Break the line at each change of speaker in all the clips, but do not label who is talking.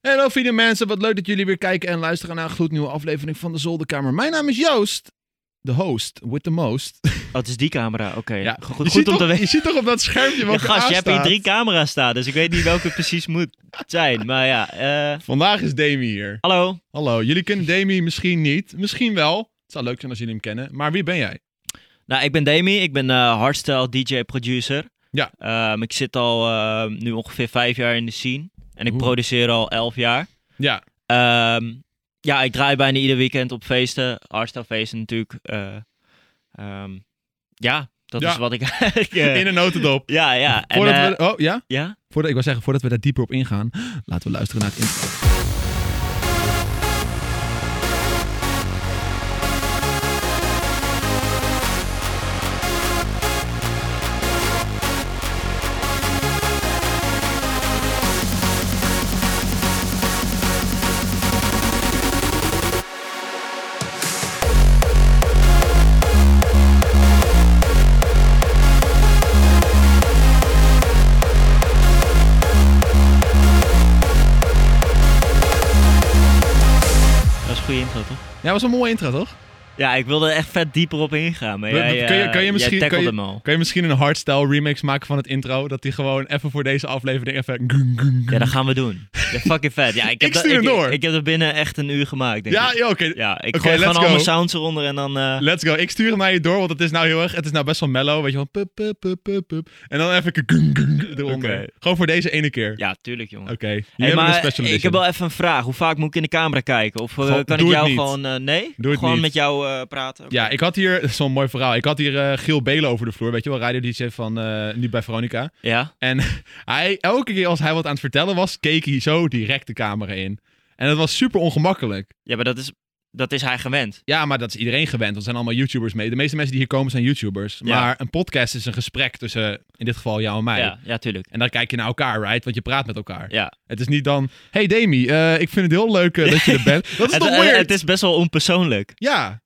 Hallo fine mensen, wat leuk dat jullie weer kijken en luisteren naar een gloednieuwe aflevering van de Zolderkamer. Mijn naam is Joost, de host with the most.
Oh, het is die camera. Oké,
Ja,
Go-
je
goed,
ziet
om te
toch- Je
weten.
ziet toch op dat schermpje
Ja,
wat
gast, je hebt hier drie camera's staan, dus ik weet niet welke het precies moet zijn. Maar ja, eh,
Vandaag is Demi hier.
hallo.
Hallo, jullie kennen Demi misschien niet, misschien wel. Het zou leuk zijn als jullie hem kennen, maar wie ben jij?
Nou, ik ben Demi. Ik ben eh hardstyle DJ-producer.
Ja.
Ehm, ik zit al eh, nu ongeveer vijf jaar in de scene. En ik
Oeh.
produceer al elf jaar.
Ja,
Ehm, ja, ik draai bijna ieder weekend op feesten. Hardstyle feesten natuurlijk. Eh, ehm, ja, dat
Ja.
is wat ik eigenlijk... eh,
in een notendop.
Ja, ja. En,
Voordat
eh,
we, oh ja?
Ja?
Voordat, ik wil zeggen, voordat we daar dieper op ingaan, laten we luisteren naar het intro.
Dat is een goede intro, toch?
Ja, was een mooie intro, toch?
Ja, ik wilde er echt vet dieper op ingaan. Maar
We-
jij,
we- kun je-
eh,
kun je
jij
misschien-
tackelde
kun je-
hem al.
Kun je misschien een hardstyle remix maken van het intro? Dat die gewoon even voor deze aflevering even... gung, gung, gung.
Ja, dat gaan we doen. Ja, fucking vet. Ja, ik, heb
Ik
dat-
stuur hem
ik,
door.
Ik, heb dat binnen echt een uur gemaakt, denk
Ja,
ik.
ja, oké.
Ja, ik
Oké,
gooi gewoon
let's
al mijn
go.
sounds eronder en dan... eh,
Let's go. Ik stuur hem naar je door, want het is nou heel erg... Het is nou best wel mellow, weet je wel. Pup, pup, pup, pup, pup. En dan even gung, gung, gung eronder.
Oké.
Gewoon voor deze ene keer.
ja, tuurlijk, jongen.
Oké. Jullie
Hey,
hebben
maar
een special
ik
edition.
heb wel even een vraag. Hoe vaak moet ik in de camera kijken? Of eh,
Gewoon-
kan
doe
ik
het
jou
niet.
gewoon... eh, nee?
Doe het
gewoon
niet.
met jou eh, praten? Oké.
Ja, ik had hier... Dat is wel een mooi verhaal. Ik had hier eh Giel Belen over de vloer, weet je wel. Radio DJ van... eh, nu bij Veronica.
Ja?
En hij, elke keer als hij wat aan het vertellen was, keek hij zo direct de camera in. En dat was super ongemakkelijk.
Ja, maar dat is, dat is hij gewend.
Ja, maar dat is iedereen gewend, want er zijn allemaal YouTubers mee. De meeste mensen die hier komen zijn YouTubers.
Ja.
Maar een podcast is een gesprek tussen, in dit geval, jou en mij.
Ja, ja, tuurlijk.
En dan kijk je naar elkaar, right? Want je praat met elkaar.
Ja.
Het is niet dan, hey Demi, eh, ik vind het heel leuk eh, dat je er bent. Dat is
het,
toch
eh,
weird?
het is best wel onpersoonlijk.
Ja,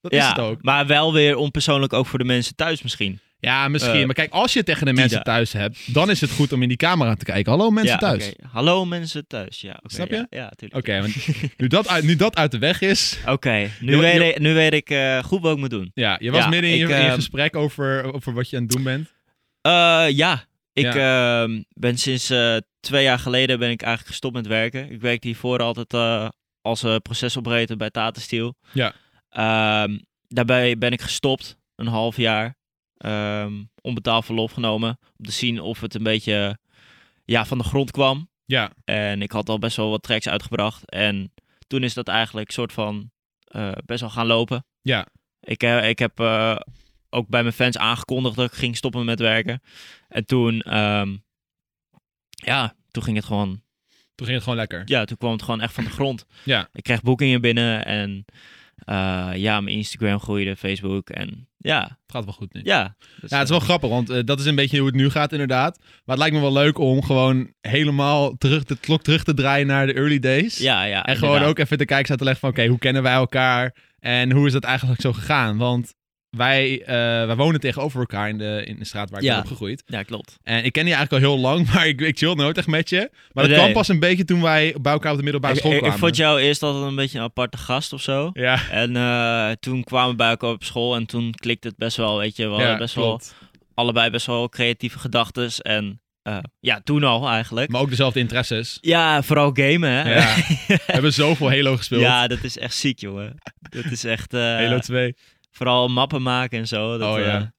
dat is het ook.
maar wel weer onpersoonlijk ook voor de mensen thuis misschien.
Ja, misschien.
Eh,
maar kijk, als je het tegen de mensen
Tida.
thuis hebt, dan is het goed om in die camera te kijken. Hallo mensen
ja,
thuis.
oké. Hallo mensen thuis, ja. oké,
Snap
ja,
je?
Ja, tuurlijk.
Oké, want nu, dat uit, nu dat uit de weg is,
Oké, nu,
Je-
weet
je-
ik- nu weet ik eh, goed wat ik moet doen.
Ja, je was
Ja,
midden in, je,
ik,
in je
ehm,
gesprek over, over wat je aan het doen bent.
Eh, ja, ik ehm, ben sinds eh, twee jaar geleden ben ik eigenlijk gestopt met werken. Ik werkte hiervoor altijd eh, als eh, procesoperator bij Tata Steel.
Ja.
Ehm, daarbij ben ik gestopt, een half jaar. Ehm, onbetaald verlof genomen. Om te zien of het een beetje ja, van de grond kwam.
Ja,
En ik had al best wel wat tracks uitgebracht. En toen is dat eigenlijk soort van eh, best wel gaan lopen.
Ja.
Ik, eh, ik heb eh, ook bij mijn fans aangekondigd dat ik ging stoppen met werken. En toen, ehm, ja, toen ging het gewoon,
toen ging het gewoon lekker.
ja, toen kwam het gewoon echt van de grond.
Ja.
Ik kreeg boekingen binnen en eh, ja, mijn Instagram groeide, Facebook en ja,
Het gaat wel goed nu.
ja. Dus,
Ja, het is
eh,
wel grappig, want eh, dat is een beetje hoe het nu gaat inderdaad. Maar het lijkt me wel leuk om gewoon helemaal terug, de klok terug te draaien naar de early days.
ja, ja.
en gewoon
inderdaad.
ook even de kijkers uit te leggen van, oké, hoe kennen wij elkaar? En hoe is dat eigenlijk zo gegaan? Want wij, eh, wij wonen tegenover elkaar in de, in de straat waar ik
Ja.
ben opgegroeid.
Ja, klopt.
En ik ken je eigenlijk al heel lang, maar ik, ik chill nooit echt met je. Maar dat
Nee.
kwam pas een beetje toen wij bij elkaar op de middelbare
Ik,
school
ik,
kwamen.
ik vond jou eerst altijd een beetje een aparte gast of zo.
Ja,
En eh, toen kwamen we bij elkaar op school en toen klikte het best wel, weet je. We hadden
ja,
best wel,
klopt.
allebei best wel creatieve gedachten. En eh, ja, toen al eigenlijk.
Maar ook dezelfde interesses.
Ja, vooral gamen, hè.
Ja. We hebben zoveel Halo gespeeld.
Ja, dat is echt ziek, jongen. Dat is echt, eh,
Halo 2.
vooral mappen maken en zo. Dat,
Oh,
eh,
ja.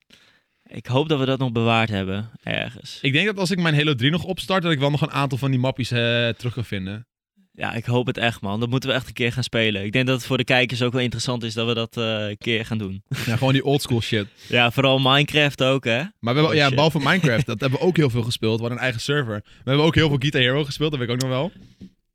ik hoop dat we dat nog bewaard hebben, ergens.
Ik denk dat als ik mijn Halo 3 nog opstart, dat ik wel nog een aantal van die mappies eh, terug kan vinden.
Ja, ik hoop het echt, man. Dat moeten we echt een keer gaan spelen. Ik denk dat het voor de kijkers ook wel interessant is dat we dat eh, een keer gaan doen.
Ja, gewoon die oldschool shit.
Ja, vooral Minecraft ook, hè.
Maar we hebben,
Oh,
ja,
shit.
behalve Minecraft, dat hebben we ook heel veel gespeeld. We hadden een eigen server. We hebben ook heel veel Guitar Hero gespeeld, dat weet ik ook nog wel.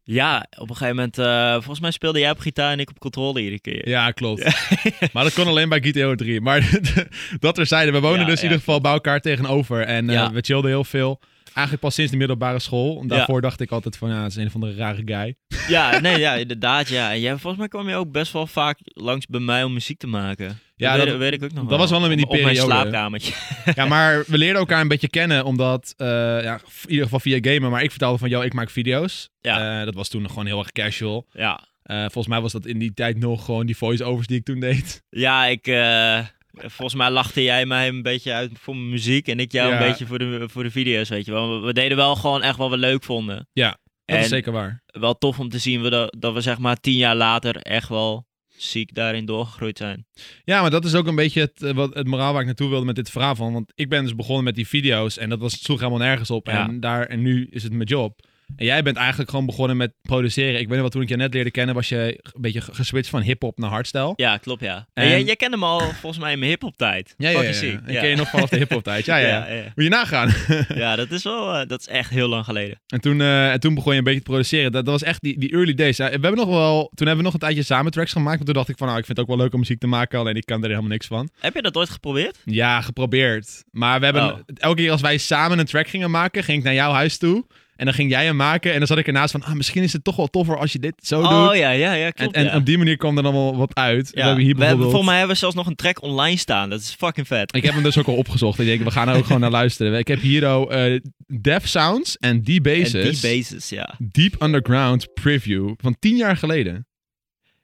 Ja, op een gegeven moment, eh, volgens mij speelde jij op gitaar en ik op controle iedere keer.
Ja, klopt. Maar dat kon alleen bij Guitar Hero 3. Maar dat terzijde, we wonen
Ja,
dus in
ja.
ieder geval bij elkaar tegenover. En eh,
Ja.
we chillden heel veel. Eigenlijk pas sinds de middelbare school.
Ja.
Daarvoor dacht ik altijd van, ja, dat is een van de rare guy.
Ja, nee, ja, inderdaad, ja. En jij, volgens mij kwam je ook best wel vaak langs bij mij om muziek te maken. Ja, dat,
dat,
weet, weet ik ook nog
dat was wel in die
Op- Op mijn
periode.
slaapkamertje.
ja, maar we leerden elkaar een beetje kennen, omdat, eh, ja, in ieder geval via gamen, maar ik vertelde van, joh, ik maak video's.
Ja.
Eh, dat was toen gewoon heel erg casual.
Ja,
Eh, volgens mij was dat in die tijd nog gewoon die voice-overs die ik toen deed.
ja ik... eh, volgens mij lachte jij mij een beetje uit voor mijn muziek en ik jou
Ja.
een beetje voor de, voor de video's, weet je wel. We, we deden wel gewoon echt wat we leuk vonden.
Ja, Dat
en
is zeker waar.
wel tof om te zien we dat, dat we zeg maar tien jaar later echt wel ziek daarin doorgegroeid zijn.
Ja, maar dat is ook een beetje het, eh, wat, het moraal waar ik naartoe wilde met dit verhaal van. Want ik ben dus begonnen met die video's en dat was, sloeg helemaal nergens op.
Ja.
En, daar, en nu is het mijn job. En jij bent eigenlijk gewoon begonnen met produceren. Ik weet nog wel, toen ik je net leerde kennen, was je een beetje ge- geswitcht van hip-hop naar hardstyle.
Ja, klopt ja.
En-
En jij, jij kende hem al volgens mij in mijn hip-hop tijd.
ja, ja.
Fucking ziek,
En ken je nog vanaf de hip-hop tijd. Ja, ja. ja.
ja, ja.
Moet je nagaan.
Ja, dat is wel, eh, dat is echt heel lang geleden.
En toen, eh, en toen begon je een beetje te produceren. Dat, dat was echt die, die early days. Ja, We hebben nog wel, toen hebben we nog een tijdje samen tracks gemaakt. Want toen dacht ik van, nou, ik vind het ook wel leuk om muziek te maken. Alleen ik kan er helemaal niks van.
Heb je dat ooit geprobeerd?
Ja, geprobeerd. Maar we hebben,
Oh.
elke keer als wij samen een track gingen maken, ging ik naar jouw huis toe. En dan ging jij hem maken. En dan zat ik ernaast van, ah, misschien is het toch wel toffer als je dit zo doet.
Oh, ja, ja, ja,
Oh, En,
klopt.
en
ja.
op die manier kwam er dan wel wat uit.
Ja.
We hebben hier
We hebben-
bijvoorbeeld...
volgens mij hebben we zelfs nog een track online staan. Dat is fucking vet.
Ik heb hem dus ook al opgezocht. Ik denk, we gaan er ook gewoon naar luisteren. Ik heb hier al eh Def Sounds en D-Basis.
En die basis, ja.
Deep Underground Preview van tien jaar geleden.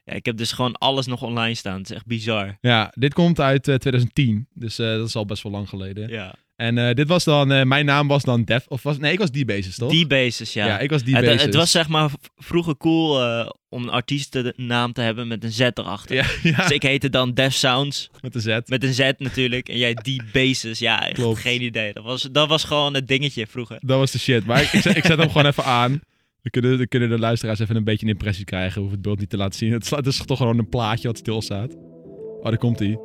ja. Ik heb dus gewoon alles nog online staan. Het is echt bizar.
Ja, dit komt uit eh, 2010. Dus eh, dat is al best wel lang geleden.
Ja.
En eh, dit was dan, eh, mijn naam was dan Def. Of was, nee, ik was D-Basis, toch?
Die basis, ja.
Ja, ik was
het,
D-Basis.
het was zeg maar v- vroeger cool eh, om een artiestennaam te hebben met een Z erachter.
Ja, ja,
Dus ik heette dan Def Sounds
met de Z.
met een Z natuurlijk. En jij die basis. Ja, echt
Klopt.
geen idee. Dat was, dat was gewoon het dingetje vroeger.
Dat was de shit. Maar ik, ik, zet, ik zet hem gewoon even aan. Dan kunnen, dan kunnen de luisteraars even een beetje een impressie krijgen. Hoef het beeld niet te laten zien. Het, sla- het is toch gewoon een plaatje wat stilstaat. Oh, daar komt hij.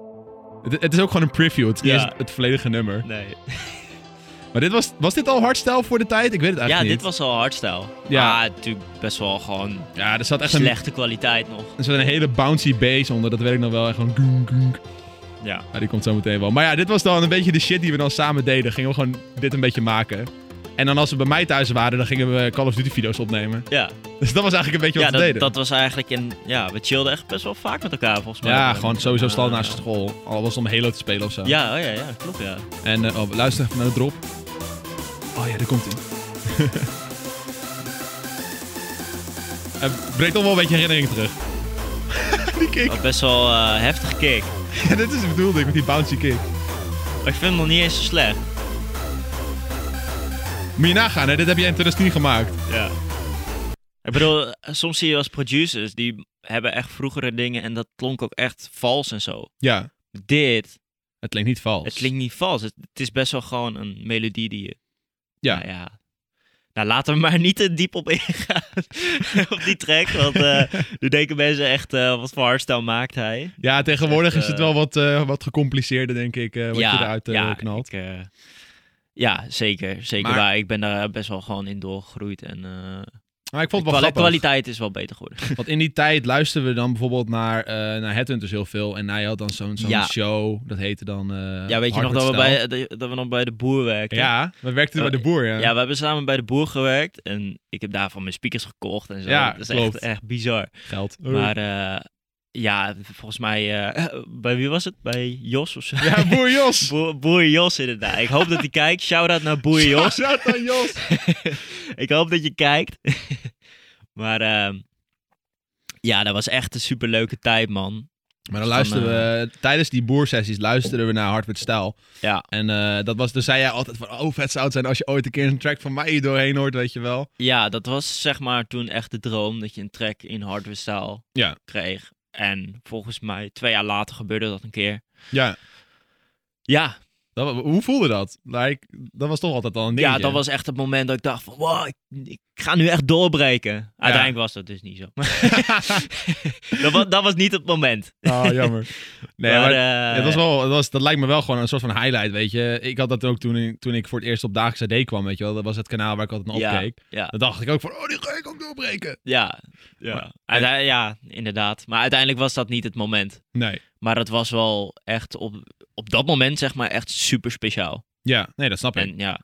Het, het is ook gewoon een preview. Het is niet
Ja.
eens het volledige nummer.
Nee.
Maar dit was, was dit al hardstyle voor de tijd? Ik weet het
Ja,
eigenlijk
dit
niet.
was al hardstyle.
Ja.
Ja, natuurlijk best wel gewoon
Ja, er zat echt een,
slechte kwaliteit nog.
er zat een hele bouncy bass onder. Dat weet ik nog wel. En gewoon goeng, goeng.
Ja.
Ja, Ah, die komt zo meteen wel. Maar ja, dit was dan een beetje de shit die we dan samen deden. Gingen we gewoon dit een beetje maken. En dan als we bij mij thuis waren, dan gingen we Call of Duty video's opnemen.
Ja,
Dus dat was eigenlijk een beetje
ja
wat we
dat,
deden.
dat was eigenlijk een... Ja, we chillden echt best wel vaak met elkaar volgens mij.
Ja, gewoon sowieso standaard
Eh,
naast school. Al was het om Halo te spelen of zo.
Ja, oh ja, ja, klopt ja.
En eh, oh, luister even naar de drop. Oh ja, daar komt ie. Het brengt Eh, toch wel een beetje herinnering terug. die kick.
Wel Best wel eh, heftige kick.
Ja, dit is het bedoelde ik met die bouncy kick.
Maar ik vind hem nog niet eens zo slecht.
Moet je nagaan, hè? dit heb jij in 2010 gemaakt.
Ja. Ik bedoel, eh, soms zie je als producers, die hebben echt vroegere dingen en dat klonk ook echt vals en zo.
Ja,
Dit,
het klinkt niet vals.
het klinkt niet vals. Het, het is best wel gewoon een melodie die je...
Ja.
Nou ja. Nou, laten we maar niet te diep op ingaan. op die track, want eh nu denken mensen echt, eh, wat voor hardstyle maakt hij?
Ja, tegenwoordig
Het,
is het
eh,
wel wat, eh, wat gecompliceerder, denk ik, eh, wat je eruit eh,
ja,
knalt.
ik, eh, ja, zeker. Zeker
Maar-
waar. Ik ben daar best wel gewoon in doorgegroeid. En eh,
Maar ik vond
de
het wel
kwali-
grappig.
kwaliteit is wel beter geworden.
Want in die tijd luisterden we dan bijvoorbeeld naar, eh naar Headhunters heel veel. En hij had dan zo'n zo'n
Ja.
show, dat heette dan eh,
ja, weet je nog
Hardwood
dat we,
Style.
bij, dat we nog bij de boer werkten?
Ja, we werkten bij de boer, ja.
Ja, we hebben samen bij de boer gewerkt. En ik heb daarvan mijn speakers gekocht en zo.
Ja,
dat is
klopt.
echt, echt bizar.
Geld.
Maar eh, ja, volgens mij... eh, bij wie was het? Bij Jos of zo?
Ja, boer Jos!
Boer, boer Jos inderdaad. Ik hoop dat hij kijkt. Shout-out naar boer Jos.
Shout out aan Jos!
ik hoop dat je kijkt. maar ehm, ja, dat was echt een superleuke tijd, man.
Maar dan luisterden we, tijdens die boersessies luisterden we naar Hardwood Style.
eh, Ja.
En eh, dat was, dus zei jij altijd van, oh vet zou het zijn als je ooit een keer een track van mij hier doorheen hoort, weet je wel.
Ja, dat was zeg maar toen echt de droom dat je een track in hardware style
Ja.
kreeg. En volgens mij twee jaar later gebeurde dat een keer.
Ja,
Ja,
dat, hoe voelde dat? Like, dat was toch altijd al een dingetje.
ja, dat was echt het moment dat ik dacht van, wow, ik, ik ga nu echt doorbreken. Uiteindelijk was dat dus niet zo. dat, was, dat was niet het moment.
Ah, jammer. Nee, maar,
maar, eh,
het was wel, het was, dat lijkt me wel gewoon een soort van highlight, weet je. Ik had dat ook toen, ik- toen ik voor het eerst op Dagelijkse D kwam, weet je wel. Dat was het kanaal waar ik altijd naar
Ja,
opkeek.
ja.
Dan dacht ik ook van, oh, die ga ik ook doorbreken.
Ja, ja.
Maar-
Uite- ja, inderdaad. Maar uiteindelijk was dat niet het moment.
Nee.
Maar het was wel echt op, op dat moment, zeg maar, echt super speciaal.
Ja, nee, dat snap ik.
En ja,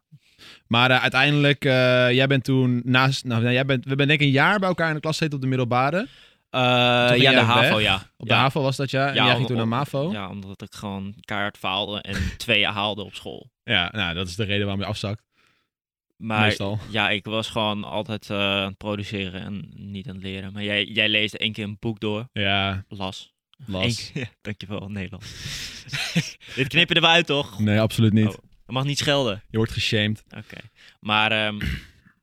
Maar eh, nou, uiteindelijk, eh, jij bent toen naast... Nou, nee, jij bent, we zijn denk ik een jaar bij elkaar in de klas gezeten op de middelbare.
ja,
ging
de
jij
HAVO,
weg?
ja.
Op
Ja.
de HAVO was dat, ja. En
Ja,
jij ging
om-
toen naar MAVO. Ja.
Ja, omdat ik gewoon kaart faalde en tweeën haalde op school.
nou, dat is de reden waarom je afzakt.
Maar
Meestal.
ja, ik was gewoon altijd eh, aan het produceren en niet aan het leren. Maar jij, jij leest één keer een boek door,
Ja,
las. Eén
las.
keer- dankjewel, Nederlands. Dit knip je er wel uit, toch?
Nee, absoluut niet.
Oh. Je mag niet schelden.
Je wordt geshamed.
Oké. Maar ehm,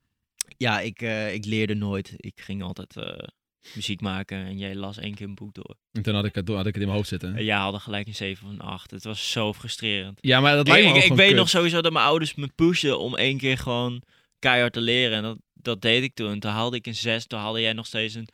ja, ik, eh, ik leerde nooit. Ik ging altijd eh, muziek maken en jij las één keer een boek door.
En toen had ik het, had ik het in mijn hoofd zitten.
En jij haalde gelijk een 7 van 8. Het was zo frustrerend.
Ja, maar dat lijkt me
ik
ook
ik, ik
gewoon
weet
kut.
nog sowieso dat mijn ouders me pushen om één keer gewoon keihard te leren. En dat, dat deed ik toen. Toen haalde ik een 6, toen haalde jij nog steeds een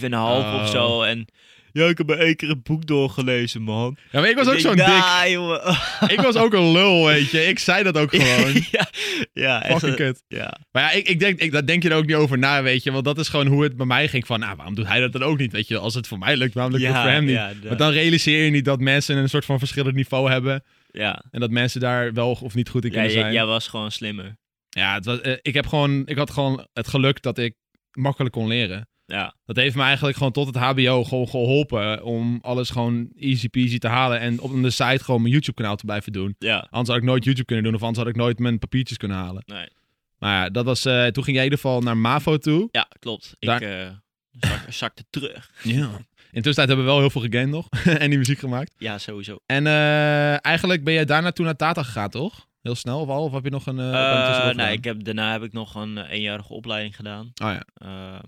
7,5
Oh.
of zo. En ja, ik heb maar één keer een boek doorgelezen, man.
Ja, maar ik was ook zo'n dik.
nah, jongen.
Ik was ook een lul, weet je. Ik zei dat ook gewoon.
ja, ja, echt,
Fucking
eh,
kut.
ja.
Maar ja, ik, ik denk, ik, daar denk je er ook niet over na, weet je. Want dat is gewoon hoe het bij mij ging. Van, nou, waarom doet hij dat dan ook niet, weet je. Als het voor mij lukt, waarom lukt het
ja,
voor hem niet?
ja,
Want dan realiseer je niet dat mensen een soort van verschillend niveau hebben.
ja.
En dat mensen daar wel of niet goed in
Ja,
kunnen
jij,
zijn.
jij
Ja,
was gewoon slimmer.
het was, eh, ik, heb gewoon, ik had gewoon het geluk dat ik makkelijk kon leren.
Ja,
Dat heeft me eigenlijk gewoon tot het HBO gewoon geholpen om alles gewoon easy peasy te halen. En op de site gewoon mijn YouTube kanaal te blijven doen.
ja.
Anders had ik nooit YouTube kunnen doen of anders had ik nooit mijn papiertjes kunnen halen.
Nee.
Maar ja, dat was, eh, toen ging jij in ieder geval naar MAVO toe.
Ja, klopt. Ik
Daar-
eh, zak, zakte terug.
Ja. Intussen hebben we wel heel veel gegamed nog en die muziek gemaakt.
Ja, sowieso.
En eh, eigenlijk ben jij daarna toen naar Tata gegaan, toch? Heel snel of al? Of heb je nog een... eh, een
Eh,
tussendoor
nou,
gedaan?
ik heb, daarna heb ik nog een eh, eenjarige opleiding gedaan.
Oh ja,
Eh,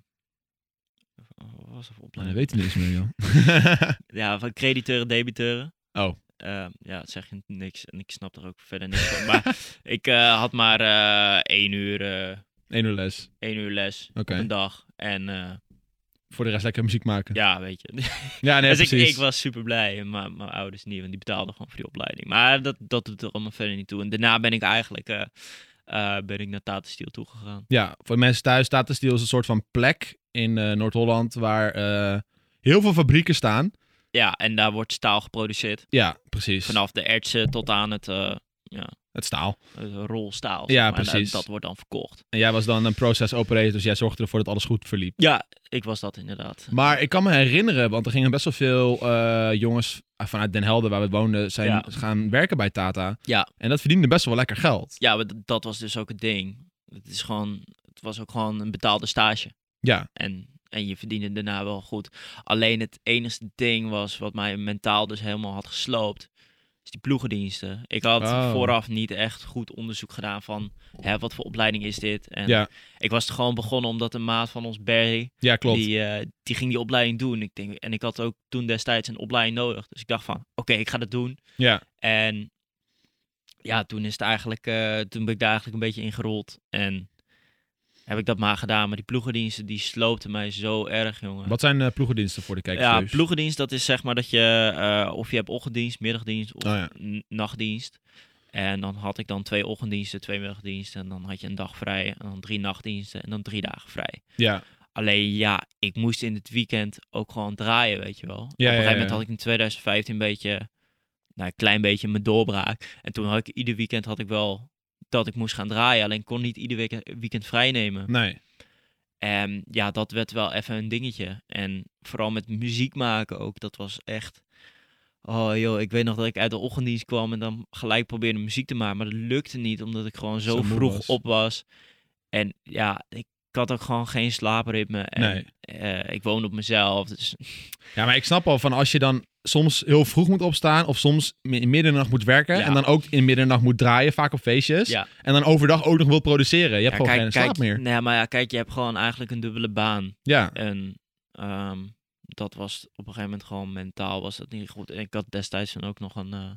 wat was dat voor
nou, dat
opleiding?
weet je niks meer, joh.
Ja, van crediteuren, debiteuren.
Oh.
Eh, ja, dat zeg je niks. En ik snap er ook verder niks van. Maar ik eh, had maar eh, één, uur, eh,
Eén uur les.
één uur les
Oké.
op een dag. En eh,
Voor de rest lekker muziek maken. Ja,
ja, weet je.
nee,
dus ik,
precies.
ik was super blij, maar mijn ouders niet, want die betaalden gewoon voor die opleiding. Maar dat, dat doet er allemaal verder niet toe. En daarna ben ik eigenlijk eh, eh, ben ik naar Tata Steel toegegaan.
Ja, voor de mensen thuis, Tata Steel is een soort van plek in eh, Noord-Holland waar eh, heel veel fabrieken staan.
Ja, en daar wordt staal geproduceerd.
Ja, precies.
Vanaf de ertsen tot aan het, eh,
Het staal.
het eh, rolstaal.
Ja,
zeg maar. En, eh,
precies.
dat wordt dan verkocht.
En jij was dan een process operator, dus jij zorgde ervoor dat alles goed verliep.
Ja, ik was dat inderdaad.
Maar ik kan me herinneren, want er gingen best wel veel eh, jongens vanuit Den Helder, waar we woonden, zijn
Ja.
gaan werken bij Tata.
Ja.
En dat verdiende best wel lekker geld.
Ja, maar d- dat was dus ook het ding. Het, is gewoon, het was ook gewoon een betaalde stage.
Ja.
En, en je verdiende daarna wel goed. Alleen het enige ding was wat mij mentaal dus helemaal had gesloopt. Is die ploegendiensten. Ik had
Oh.
vooraf niet echt goed onderzoek gedaan van hè, wat voor opleiding is dit. En
Ja.
ik was er gewoon begonnen omdat een maat van ons, Barry,
Ja, klopt.
die, eh, die ging die opleiding doen. Ik denk, en ik had ook toen destijds een opleiding nodig. Dus ik dacht van, oké, ik ga dat doen.
Ja.
En ja, toen is het eigenlijk, eh, toen ben ik daar eigenlijk een beetje ingerold. En heb ik dat maar gedaan. Maar die ploegendiensten, die sloopten mij zo erg, jongen.
Wat dus. zijn eh, ploegendiensten voor de kijkers?
ja,
thuis?
ploegendienst, dat is zeg maar dat je, eh, of je hebt ochtenddienst, middagdienst of
Oh ja.
n- nachtdienst. En dan had ik dan twee ochtenddiensten, twee middagdiensten. En dan had je een dag vrij. En dan drie nachtdiensten. En dan drie dagen vrij.
Ja.
Alleen ja, ik moest in het weekend ook gewoon draaien, weet je wel. Op een
ja,
gegeven
ja.
moment had ik in 2015 een beetje, nou, een klein beetje mijn doorbraak. En toen had ik ieder weekend had ik wel dat ik moest gaan draaien. Alleen kon niet ieder week, weekend vrij nemen.
Nee.
En ja, dat werd wel even een dingetje. En vooral met muziek maken ook, dat was echt... Oh joh, ik weet nog dat ik uit de ochtenddienst kwam en dan gelijk probeerde muziek te maken. Maar dat lukte niet, omdat ik gewoon zo,
Zo moe
vroeg
was.
op was. En ja, ik had ook gewoon geen slaapritme. En,
Nee.
eh, ik woon op mezelf, dus
Ja, maar ik snap al van als je dan soms heel vroeg moet opstaan of soms mi- in middernacht moet werken
Ja.
en dan ook in middernacht moet draaien, vaak op feestjes.
Ja.
En dan overdag ook nog wilt produceren. Je hebt gewoon geen slaap
kijk,
meer.
Nee, maar ja, kijk, je hebt gewoon eigenlijk een dubbele baan.
Ja.
En ehm, dat was op een gegeven moment gewoon mentaal was dat niet goed. En ik had destijds dan ook nog een, eh,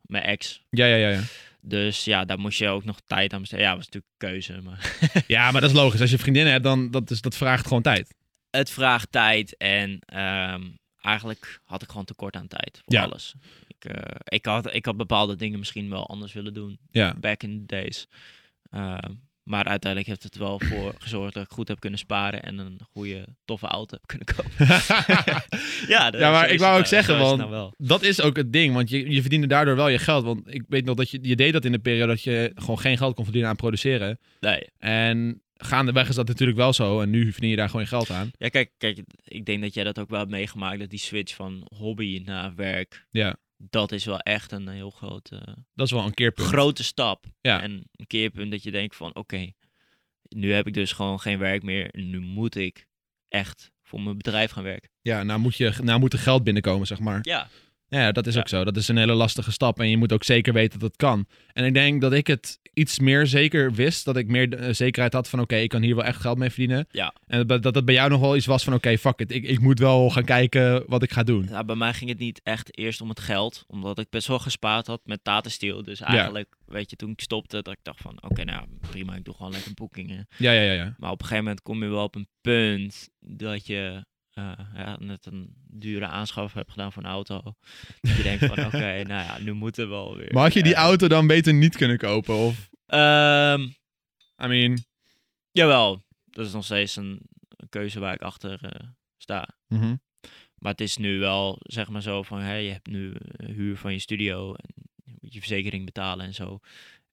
mijn ex.
Ja, ja, ja, ja.
Dus ja, daar moest je ook nog tijd aan besteden. Ja, was natuurlijk keuze, maar
Ja, maar dat is logisch. Als je vriendinnen hebt, dan dat is, dat vraagt gewoon tijd.
het vraagt tijd en ehm, eigenlijk had ik gewoon tekort aan tijd voor
Ja.
alles. Ik, eh, ik, had, ik had bepaalde dingen misschien wel anders willen doen.
Ja.
back in the days. Ehm, maar uiteindelijk heeft het wel voor gezorgd dat ik goed heb kunnen sparen en een goede, toffe auto heb kunnen kopen. ja, dat-
Ja, maar
zo
ik
is
wou
het
ook zeggen,
zo is het nou
want-
wel.
dat is ook het ding, want je, je verdiende daardoor wel je geld. Want ik weet nog dat je, je deed dat in de periode dat je gewoon geen geld kon verdienen aan produceren.
Nee,
En gaandeweg is dat natuurlijk wel zo. En nu verdien je daar gewoon je geld aan.
Ja, kijk, kijk, ik denk dat jij dat ook wel hebt meegemaakt. Dat die switch van hobby naar werk,
Ja,
dat is wel echt een heel grote,
dat is wel een keerpunt.
grote stap.
Ja.
En een keerpunt dat je denkt van, oké, nu heb ik dus gewoon geen werk meer. Nu moet ik echt voor mijn bedrijf gaan werken.
Ja, nou moet, je, nou moet er geld binnenkomen, zeg maar.
Ja,
Ja, dat is
Ja.
ook zo. Dat is een hele lastige stap. En je moet ook zeker weten dat het kan. En ik denk dat ik het iets meer zeker wist. Dat ik meer de, eh, zekerheid had van oké, ik kan hier wel echt geld mee verdienen.
Ja.
En dat dat het bij jou nog wel iets was van oké, fuck it. Ik, ik moet wel gaan kijken wat ik ga doen.
nou, bij mij ging het niet echt eerst om het geld. Omdat ik best wel gespaard had met Tata Steel. Dus eigenlijk, weet je, toen ik stopte, dat ik dacht van, oké, nou prima, ik doe gewoon lekker boekingen.
Ja, ja, ja. ja.
Maar op een gegeven moment kom je wel op een punt dat je eh, ja, net een dure aanschaf hebt gedaan voor een auto. Dat je denkt van, oké, nou ja, nu moeten we wel weer.
Maar had je die
Ja.
auto dan beter niet kunnen kopen? Of,
Ehm,
I mean...
jawel, dat is nog steeds een, een keuze waar ik achter eh, sta.
mhm.
Maar het is nu wel, zeg maar zo van, hé, je hebt nu eh, huur van je studio en je moet je verzekering betalen en zo.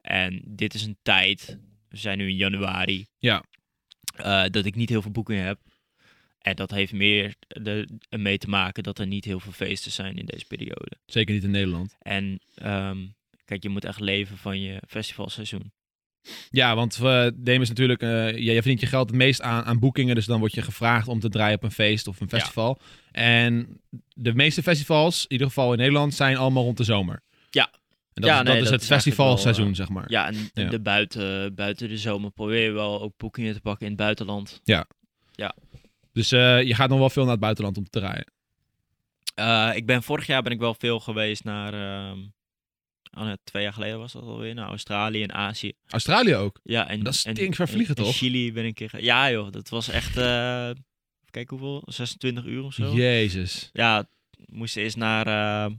En dit is een tijd, we zijn nu in januari,
Ja.
eh, dat ik niet heel veel boekingen heb. En dat heeft meer de, mee te maken dat er niet heel veel feesten zijn in deze periode.
Zeker niet in Nederland.
En ehm, kijk, je moet echt leven van je festivalseizoen.
Ja, want eh Deem is natuurlijk... eh, ja, je verdient je geld het meest aan, aan boekingen. Dus dan word je gevraagd om te draaien op een feest of een
Ja.
festival. En de meeste festivals, in ieder geval in Nederland, zijn allemaal rond de zomer.
Ja.
En dat,
Ja,
is,
nee,
dat is
dat
het
is eigenlijk wel, eh,
festivalseizoen, zeg maar.
Ja, en
Ja.
De buiten, buiten de zomer probeer je wel ook boekingen te pakken in het buitenland.
Dus eh, je gaat nog wel veel naar het buitenland om te draaien.
Eh, ik ben vorig jaar ben ik wel veel geweest naar. ehm, oh nee, twee jaar geleden was dat alweer. Naar Australië en Azië.
Australië ook.
Ja, en,
Dat
en-
stinkt van
en-
vliegen,
en
toch?
Chili ben ik een keer. ge- Ja, joh, dat was echt. eh kijk hoeveel? 26 uur of zo.
Jezus.
Ja, we moesten eerst naar. ehm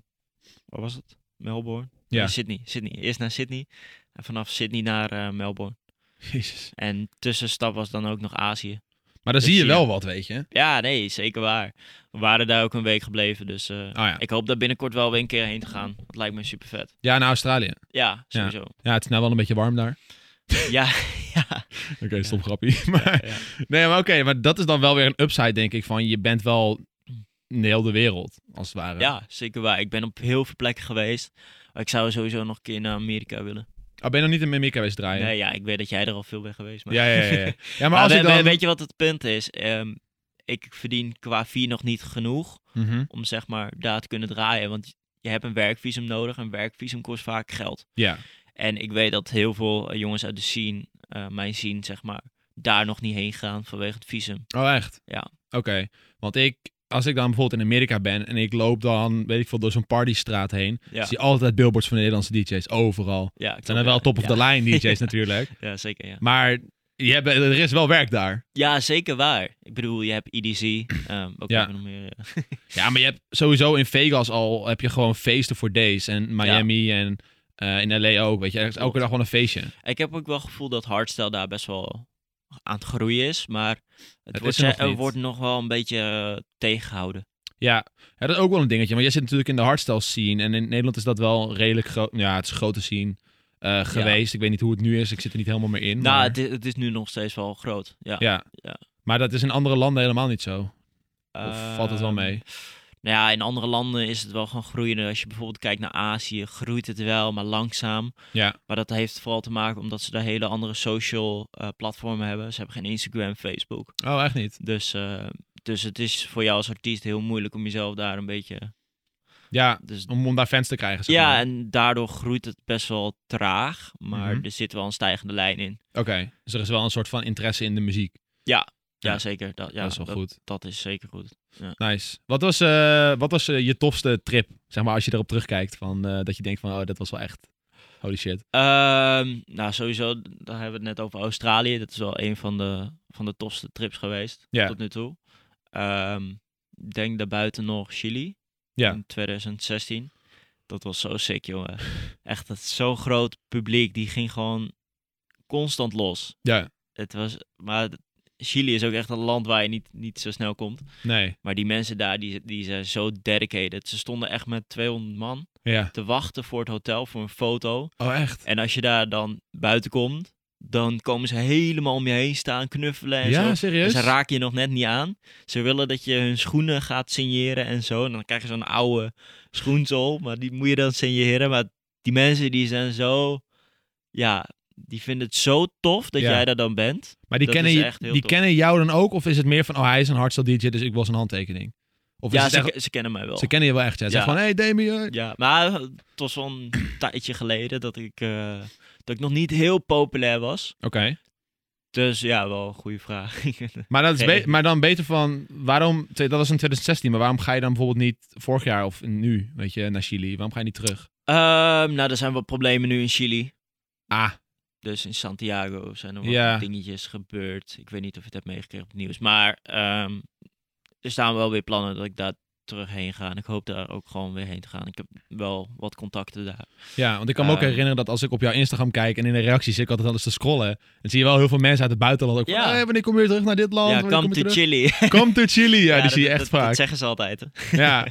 waar was het? Melbourne?
Ja.
Nee, Sydney. Sydney. Eerst naar Sydney. En vanaf Sydney naar eh, Melbourne.
Jezus.
En tussenstap was dan ook nog Azië.
Maar dan
Dat
zie je
zie
wel
je.
wat, weet je. Oh
Ja, nee, zeker waar. We waren daar ook een week gebleven. Dus eh,
Ah, ja.
ik hoop daar binnenkort wel weer een keer heen te gaan. Dat lijkt me super vet.
Ja, naar Australië.
Ja, sowieso.
Ja, het is nou wel een beetje warm daar.
Ja, ja.
Oké, stop grappie. Maar Nee, maar oké, maar dat is dan wel weer een upside, denk ik. Van je bent wel in heel de wereld, als het ware.
ja, zeker waar. Ik ben op heel veel plekken geweest. Maar ik zou sowieso nog een keer naar Amerika willen.
Oh, ben je nog niet in Amerika geweest draaien?
Nee, ja, ik weet dat jij er al veel bent geweest. Maar...
Ah, Ja, ja, ja. Ja, ja maar
Maar
als
we-
je dan...
we- weet je wat het punt is? Ehm, ik verdien qua vier nog niet genoeg
Mhm.
om zeg maar daar te kunnen draaien. Want je hebt een werkvisum nodig. Een werkvisum kost vaak geld.
Ja,
En ik weet dat heel veel eh, jongens uit de scene, eh, mijn scene zeg maar, daar nog niet heen gaan vanwege het visum.
oh echt?
Ja.
Oké, want ik... Als ik dan bijvoorbeeld in Amerika ben en ik loop dan, weet ik veel, door zo'n partystraat heen,
Ja,
zie je altijd billboards van de Nederlandse DJ's, overal. Het
ja ik
zijn
snap
dan wel
je.
top of
ja.
the line DJ's natuurlijk,
Ja, zeker, ja.
maar je hebt, er is wel werk daar.
Ja, zeker waar. Ik bedoel, je hebt EDC. ehm, ook
Ja.
even nog meer. eh,
Ja, maar je hebt sowieso in Vegas al, heb je gewoon feesten voor days en Miami en eh, in LA ook, weet je. Er is elke dag wel een feestje.
Ik heb ook wel het gevoel dat hardstyle daar best wel aan het groeien is. Maar het,
is
wordt,
er
ze-
nog
er
niet.
wordt nog wel een beetje eh, tegengehouden.
Ja, ja, dat is ook wel een dingetje. Want jij zit natuurlijk in de hardstyle scene. En in Nederland is dat wel redelijk groot. Ja, het is een grote scene eh, geweest. Ik weet niet hoe het nu is. Ik zit er niet helemaal meer in.
Nou,
maar,
het is, het is nu nog steeds wel groot. Ja.
ja.
ja.
maar dat is in andere landen helemaal niet zo. Of valt het wel
Ehm,
mee?
Nou ja, in andere landen is het wel gewoon groeiende. Als je bijvoorbeeld kijkt naar Azië, groeit het wel, maar langzaam.
Ja.
Maar dat heeft vooral te maken omdat ze daar hele andere social eh, platformen hebben. Ze hebben geen Instagram, Facebook.
Oh, echt niet.
Dus, eh, dus het is voor jou als artiest heel moeilijk om jezelf daar een beetje...
Ja,
Dus
om, om daar fans te krijgen. Zeg
Ja,
maar.
en daardoor groeit het best wel traag, maar
Mhm.
er zit wel een stijgende lijn in.
Oké, dus er is wel een soort van interesse in de muziek. Ja.
Ja, zeker. Dat, ja,
dat is wel goed.
dat is zeker goed.
Nice. Wat was, eh, wat was eh, je tofste trip? Zeg maar als je erop terugkijkt. Van, eh, dat je denkt van, oh, dat was wel echt. Holy shit.
Ehm, nou, sowieso, daar hebben we het net over Australië. Dat is wel een van de, van de tofste trips geweest
Ja.
tot nu toe. Ehm, Ik denk daarbuiten nog Chili
Ja.
in 2016. Dat was zo sick, jongen. Echt het- zo'n groot publiek, die ging gewoon constant los.
Ja,
Het was, maar Chili is ook echt een land waar je niet, niet zo snel komt.
nee.
Maar die mensen daar, die, die zijn zo dedicated. Ze stonden echt met 200 man
Ja.
te wachten voor het hotel, voor een foto.
Oh, echt?
En als je daar dan buiten komt, dan komen ze helemaal om je heen staan, knuffelen en
ja,
zo.
serieus?
Ze raken je nog net niet aan. Ze willen dat je hun schoenen gaat signeren en zo. En dan krijgen ze een oude schoensel, maar die moet je dan signeren. Maar die mensen die zijn zo... Ja, die vinden het zo tof dat
Ja.
jij daar dan bent.
maar die,
dat
kennen,
is
je-
echt heel
die
tof.
kennen jou dan ook? Of is het meer van, oh, hij is een hardstyle DJ, dus ik wil zijn handtekening? Of is
ja,
het
ze,
echt-
ze kennen mij wel.
ze kennen je wel echt. Ja. Ze
Ja.
zeggen van, hey Damien.
Ja, maar het was wel een tijdje geleden dat ik, eh, dat ik nog niet heel populair was.
Oké.
Dus ja, wel een goede vraag.
Maar, dat is
Nee.
be- maar dan beter van, waarom, dat was in 2016, maar waarom ga je dan bijvoorbeeld niet vorig jaar of nu, weet je, naar Chili? Waarom ga je niet terug?
Ehm, nou, er zijn wat problemen nu in Chili.
Ah,
Dus in Santiago zijn er wat
Ja.
dingetjes gebeurd. Ik weet niet of je het hebt meegekregen op het nieuws. Maar ehm, er staan wel weer plannen dat ik daar terug heen ga. En ik hoop daar ook gewoon weer heen te gaan. Ik heb wel wat contacten daar.
ja, want ik kan me ook
Ehm.
herinneren dat als ik op jouw Instagram kijk en in de reacties zit ik altijd alles te scrollen, dan zie je wel heel veel mensen uit het buitenland ook van,
Ja.
hey, wanneer kom je weer terug naar dit land?
ja,
Wanneer
come
Oh, kom je
to
terug?
Chili. Ja,
Come to Chili, ja, die
dat-
zie je
dat-
echt
Dat,
vaak.
zeggen ze altijd. hè.
Ja,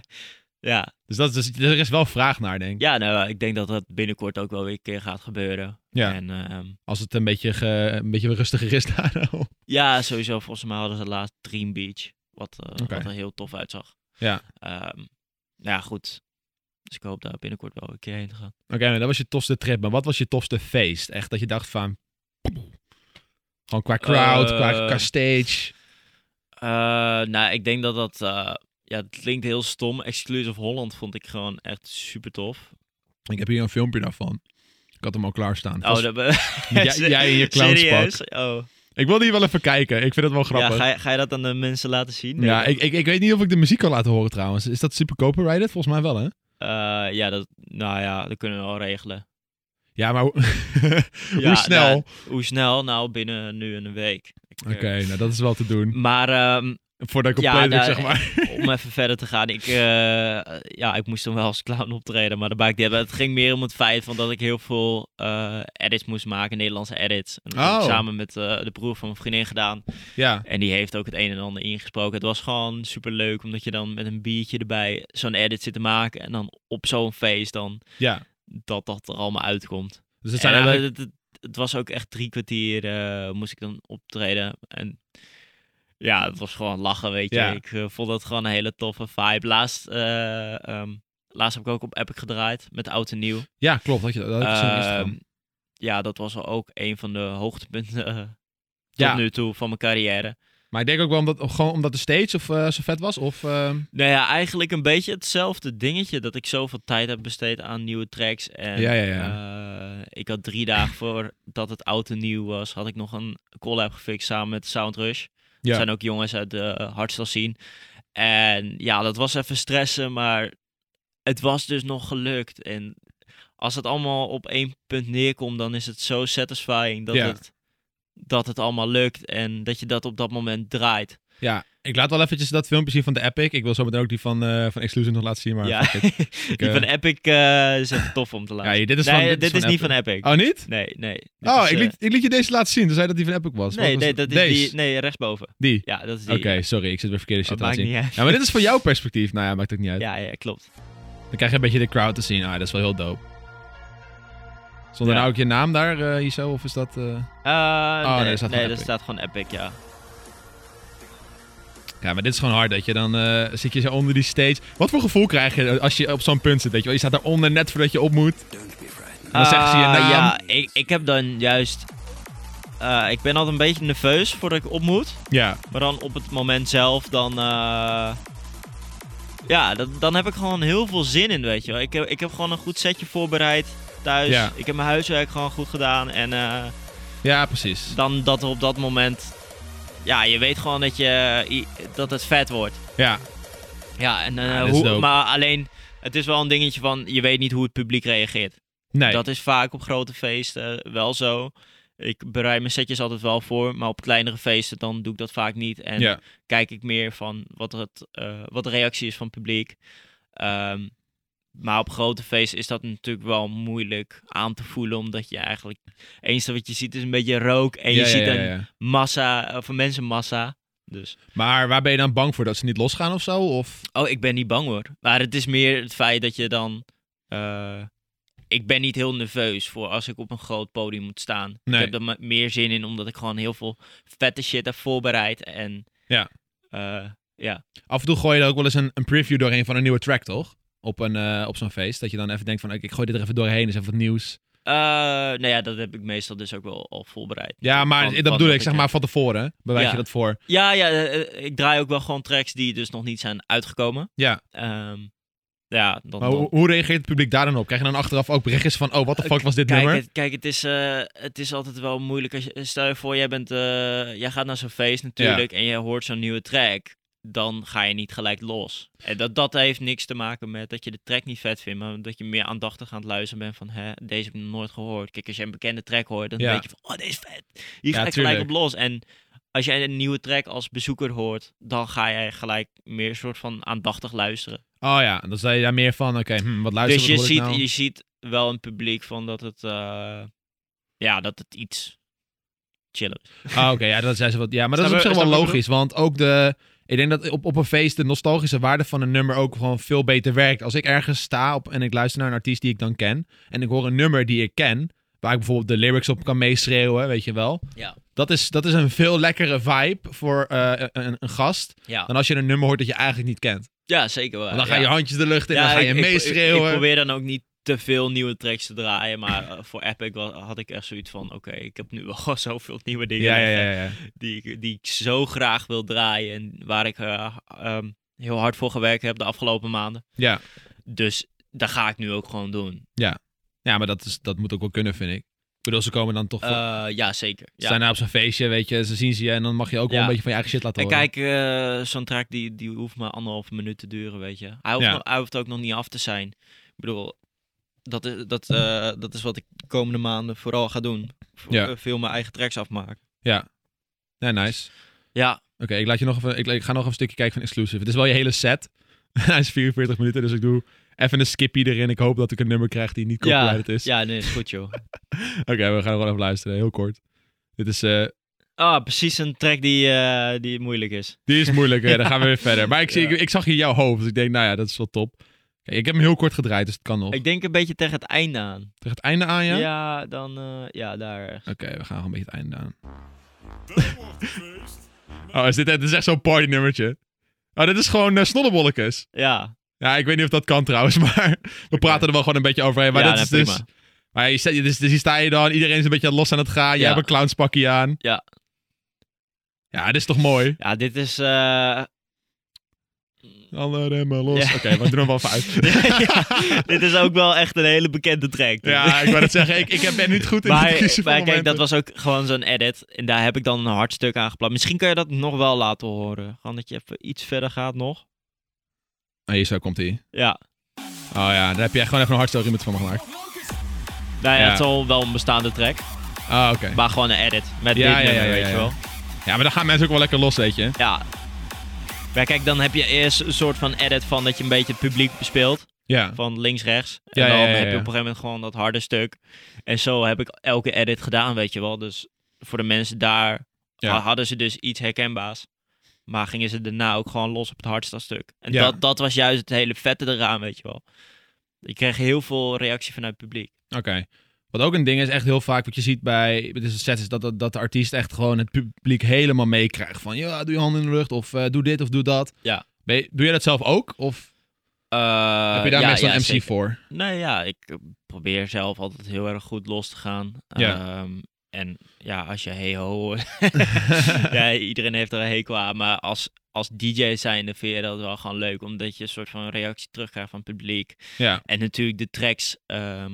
Ja,
dus, dat, dus er is wel vraag naar, denk ik.
Ja, nou, ik denk dat dat binnenkort ook wel weer een keer gaat gebeuren.
Ja.
En ehm,
Als het een beetje, ge- een beetje rustiger is daar al.
ja, sowieso volgens mij hadden ze laatst Dream Beach, wat, eh,
Oké.
wat er heel tof uitzag.
Ja.
Ehm, nou ja, goed. Dus ik hoop daar binnenkort wel een keer heen te gaan.
Oké, maar dat was je tofste trip, maar wat was je tofste feest? Echt dat je dacht van, gewoon qua crowd, qua,
Eh.
qua stage.
Eh, nou, ik denk dat dat, eh, ja, het klinkt heel stom. Exclusive Holland vond ik gewoon echt super tof.
Ik heb hier een filmpje daarvan. Ik had hem al klaarstaan.
Oh,
Vast-
dat
jij, jij in je clownspak.
Serieus? Oh.
Ik wilde hier wel even kijken. Ik vind het wel
Ja,
grappig. Ja,
ga, je, ga je dat aan de mensen laten zien? Nee.
ik, ik, ik weet niet of ik de muziek kan laten horen trouwens. Is dat super copyrighted? Volgens mij wel, hè?
Eh, ja, dat, nou ja, dat kunnen we wel regelen.
Ja, maar hoe, hoe
Ja,
snel?
nou, hoe snel? Nou, binnen nu en een week. Ik, eh,
Oké, nou dat is wel te doen.
Maar ehm,
Voordat ik op
Ja,
play druk,
nou,
zeg maar.
om even verder te gaan. Ik, eh, ja, ik moest dan wel als clown optreden, maar dat maakt niet uit. Het ging meer om het feit van dat ik heel veel eh, edits moest maken, Nederlandse edits. En dat heb ik
Oh.
samen met eh, de broer van mijn vriendin gedaan.
Ja,
En die heeft ook het een en ander ingesproken. Het was gewoon super leuk, omdat je dan met een biertje erbij zo'n edit zit te maken. En dan op zo'n feest dan
ja.
dat dat er allemaal uitkomt.
Dus het
En,
zijn
eh,
eigenlijk...
het, het- het was ook echt drie kwartier eh, moest ik dan optreden. En ja, het was gewoon lachen, weet je.
Ja.
Ik eh, vond dat gewoon een hele toffe vibe. Laatst, eh, ehm, laatst heb ik ook op Epic gedraaid met Oud en Nieuw.
Ja, klopt. Dat je dat had ik gezien op Instagram.
Ehm, ja, dat was wel ook een van de hoogtepunten eh, tot
Ja.
nu toe van mijn carrière.
Maar ik denk ook wel omdat, gewoon omdat de stage of, eh, zo vet was. Of, ehm,
Nou ja, eigenlijk een beetje hetzelfde dingetje. Dat ik zoveel tijd heb besteed aan nieuwe tracks. En
Ja, ja,
eh, ik had drie dagen voordat het oud en nieuw was, had ik nog een collab gefixt samen met Soundrush.
Ja.
Dat zijn ook jongens uit de eh, hardstyle scene. En ja, dat was even stressen, maar het was dus nog gelukt. En als het allemaal op één punt neerkomt, dan is het zo satisfying dat,
Ja.
het, dat het allemaal lukt. En dat je dat op dat moment draait.
ja, ik laat wel eventjes dat filmpje zien van de Epic. Ik wil zo meteen ook die van, eh van Exclusive nog laten zien. Maar
ja,
fuck it.
die
eh,
van Epic eh, is echt tof om te laten.
Ja, dit is,
nee,
van,
dit, is, niet van Epic.
Oh, niet?
Nee, nee. Dit
Oh,
is,
ik,
eh,
liet, ik liet je deze laten zien. Toen zei dat die van Epic was. Wat
nee,
was
nee,
het?
dat is
Deze?
die, nee, rechtsboven.
Die.
Ja, dat is die.
Oké, sorry. Ik zit weer verkeerde shit aan
dat
het
maakt
zien.
niet uit.
Ja, maar dit is van jouw perspectief. Nou ja, maakt ook niet uit.
Ja, ja, klopt.
Dan krijg je een beetje de crowd te zien. Ah, dat is wel heel dope. Stond er
Ja.
nou ook je naam daar, eh hier zo? Of is dat... eh,
Eh,
nee,
nee,
daar
nee,
staat
daar
gewoon Epic.
staat gewoon Epic, ja.
Ja, maar dit is gewoon hard, dat je dan eh, zit je zo onder die stage. Wat voor gevoel krijg je als je op zo'n punt zit, weet je wel? Je staat daaronder net voordat je op moet. En dan zeggen ze je
Ah,
naam.
Ja, ik, ik heb dan juist... eh, ik ben altijd een beetje nerveus voordat ik op moet.
Ja,
Maar dan op het moment zelf, dan... eh, ja, dat, dan heb ik gewoon heel veel zin in, weet je wel. Ik heb, ik heb gewoon een goed setje voorbereid thuis.
Ja.
Ik heb mijn huiswerk gewoon goed gedaan. En eh,
ja, precies.
dan dat er op dat moment... Ja, je weet gewoon dat, je, i- dat het vet wordt.
Ja,
Ja, en, eh,
Ja, dat is
hoe,
dope.
maar alleen... Het is wel een dingetje van, je weet niet hoe het publiek reageert.
nee.
Dat is vaak op grote feesten wel zo. Ik bereid mijn setjes altijd wel voor, maar op kleinere feesten dan doe ik dat vaak niet. En
ja.
kijk ik meer van wat, het, eh, wat de reactie is van het publiek. Ehm, maar op grote feesten is dat natuurlijk wel moeilijk aan te voelen, omdat je eigenlijk... Eens wat je ziet is een beetje rook en je
Ja, ja,
ziet
ja,
een
ja.
massa, of een mensenmassa. Dus,
Maar waar ben je dan bang voor? Dat ze niet losgaan of zo? Of...
oh, ik ben niet bang hoor. Maar het is meer het feit dat je dan... eh, ik ben niet heel nerveus voor als ik op een groot podium moet staan.
Nee.
Ik heb er me- meer zin in, omdat ik gewoon heel veel vette shit heb voorbereid. En
Ja.
eh, ja.
Af en toe gooi je er ook wel eens een, een preview doorheen van een nieuwe track, toch? Op, een, eh, op zo'n feest. Dat je dan even denkt van, ik, ik gooi dit er even doorheen, is even wat nieuws.
Eh, nou ja, dat heb ik meestal dus ook wel al voorbereid.
Ja, maar
Van-
dat
van
bedoel
wat
ik, zeg
heb.
maar van tevoren. hè? Bereid
Ja.
je dat voor.
Ja, ja, eh, ik draai ook wel gewoon tracks die dus nog niet zijn uitgekomen.
Ja.
Ehm, ja, dan,
Maar
dan-
hoe, hoe reageert het publiek daar dan op? Krijg je dan achteraf ook berichtjes van, oh, wat de fuck was dit
Eh, Kijk,
nummer?
het, kijk het, is, eh, het is altijd wel moeilijk. Als je, stel je voor, jij, bent, eh, jij gaat naar zo'n feest natuurlijk en je hoort zo'n nieuwe track. Dan ga je niet gelijk los. En dat, dat heeft niks te maken met dat je de track niet vet vindt, maar dat je meer aandachtig aan het luisteren bent van, hè, deze heb ik nog nooit gehoord. Kijk, als je een bekende track hoort, dan
Ja.
denk je van, oh, deze is vet. Hier
Ja,
ga ik gelijk
tuurlijk.
op los. En als jij een nieuwe track als bezoeker hoort, dan ga jij gelijk meer soort van aandachtig luisteren.
Oh ja, dan zei je daar meer van, oké, hm, wat luister
Dus
wat
je
hoor ik
ziet,
nou?
je ziet wel een publiek van dat het, eh, ja, dat het iets chiller is.
Ah, oké, ja, dat zijn ze wat. Ja, maar dat is op
Snap je-
zich wel
snap je wat
logisch, want ook de. Ik denk dat op, op een feest de nostalgische waarde van een nummer ook gewoon veel beter werkt. Als ik ergens sta op en ik luister naar een artiest die ik dan ken. En ik hoor een nummer die ik ken. Waar ik bijvoorbeeld de lyrics op kan meeschreeuwen, weet je wel.
Ja.
Dat is, dat is een veel lekkere vibe voor eh, een- een, een gast.
Ja,
Dan als je een nummer hoort dat je eigenlijk niet kent.
ja zeker wel.
Want dan ga
ja.
je handjes de lucht in,
Ja,
dan ga
ik-
je
ik- Ik,
meeschreeuwen.
ik probeer dan ook niet te veel nieuwe tracks te draaien, maar eh, voor Epic wa- had ik echt zoiets van, oké, ik heb nu al zoveel nieuwe dingen
ja, ja,
liggen
ja, ja.
Die, ik, die ik zo graag wil draaien en waar ik eh, ehm, heel hard voor gewerkt heb de afgelopen maanden.
Ja.
Dus dat ga ik nu ook gewoon doen.
Ja, maar dat, is, dat moet ook wel kunnen, vind ik. Ik bedoel, ze komen dan toch... voor-
Eh, ja, zeker.
Ze
Ja.
zijn daar op zo'n feestje, weet je. Ze zien ze je en dan mag je ook wel
Ja.
een beetje van je eigen shit laten
En
horen.
kijk, eh, zo'n track die, die hoeft maar anderhalve minuut te duren, weet je. Hij hoeft,
Ja.
nog- hij hoeft ook nog niet af te zijn. Ik bedoel, dat is, dat, eh, dat is wat ik de komende maanden vooral ga doen. V-
Ja.
eh, Veel mijn eigen tracks afmaken.
Ja, nice.
Ja,
Oké, ik laat je nog even. Ik, ik ga nog even een stukje kijken van Exclusive. Het is wel je hele set. Hij is 44 minuten, dus ik doe even een skippy erin. Ik hoop dat ik een nummer krijg die niet
ja,
copyrighted is.
ja, nee, is goed joh.
Oké, we gaan gewoon even luisteren, heel kort. Dit is, eh,
Ah, precies een track die, eh, die moeilijk is.
die is moeilijk, hè, dan gaan we weer verder. Maar ik, zie,
Ja.
ik, ik zag hier jouw hoofd, dus ik denk, nou ja, dat is wel top. Kijk, ik heb hem heel kort gedraaid, dus het kan nog.
Ik denk een beetje tegen het einde aan.
Tegen het einde aan, ja?
Ja, dan, eh, ja, daar. ergens.
Oké, we gaan gewoon een beetje het einde aan. Oh, is dit, dit is echt zo'n partynummertje. Oh, dit is gewoon eh snodderbolletjes.
Ja,
Ja, ik weet niet of dat kan trouwens, maar we praten er wel gewoon een beetje overheen. Maar dat
ja nee,
is dus...
prima.
Maar je staat, dus, dus hier sta je dan, iedereen is een beetje los aan het gaan. Jij
Ja.
hebt een clownspakje aan.
Ja.
Ja, dit is toch mooi?
Ja, dit is... eh,
Alle remmen los.
Ja.
Oké, maar we doen hem wel even uit.
ja, dit is ook wel echt een hele bekende track.
ja, ik wou dat zeggen. Ik, ik heb- ben niet goed in het
Maar,
kiezen van
maar kijk,
momenten.
dat was ook gewoon zo'n edit. En daar heb ik dan een hard stuk aan geplakt. Misschien kan je dat nog wel laten horen. Gewoon dat je even iets verder gaat nog.
Oh, hier zo komt hij.
Ja.
Oh ja, daar heb jij gewoon even een hardstyle remix van me gemaakt.
Nou ja,
Ja.
het is al wel een bestaande track.
Ah, oké.
Maar gewoon een edit.
Ja,
Met dit
ja,
nummer,
ja, ja,
weet
ja.
je wel.
Ja, maar dan gaan mensen ook wel lekker los, weet je.
Ja. Maar kijk, dan heb je eerst een soort van edit van dat je een beetje het publiek bespeelt.
Ja.
Van links-rechts. En
Ja,
dan
ja, ja,
heb je op een
ja.
gegeven moment gewoon dat harde stuk. En zo heb ik elke edit gedaan, weet je wel. Dus voor de mensen daar
Ja.
ha- hadden ze dus iets herkenbaars. Maar gingen ze daarna ook gewoon los op het hardste stuk. En
Ja.
dat, dat was juist het hele vette eraan, weet je wel. Ik kreeg heel veel reactie vanuit het publiek.
Oké. Wat ook een ding is, echt heel vaak wat je ziet bij dit soort sets, is dat, dat, dat de artiest echt gewoon het publiek helemaal meekrijgt. Van, ja, doe je handen in de lucht, of eh, doe dit, of doe dat.
Ja.
Ben je- doe jij dat zelf ook? Of
Eh,
heb je daar meestal een MC voor?
Nee, ja, ik eh, probeer zelf altijd heel erg goed los te gaan.
Ja.
Ehm, en ja, als je hey ho hoort. ja, iedereen heeft er een hekel aan. Maar als, als DJ zijnde vind je dat wel gewoon leuk. Omdat je een soort van reactie terugkrijgt van het publiek.
Ja.
En natuurlijk de tracks ehm,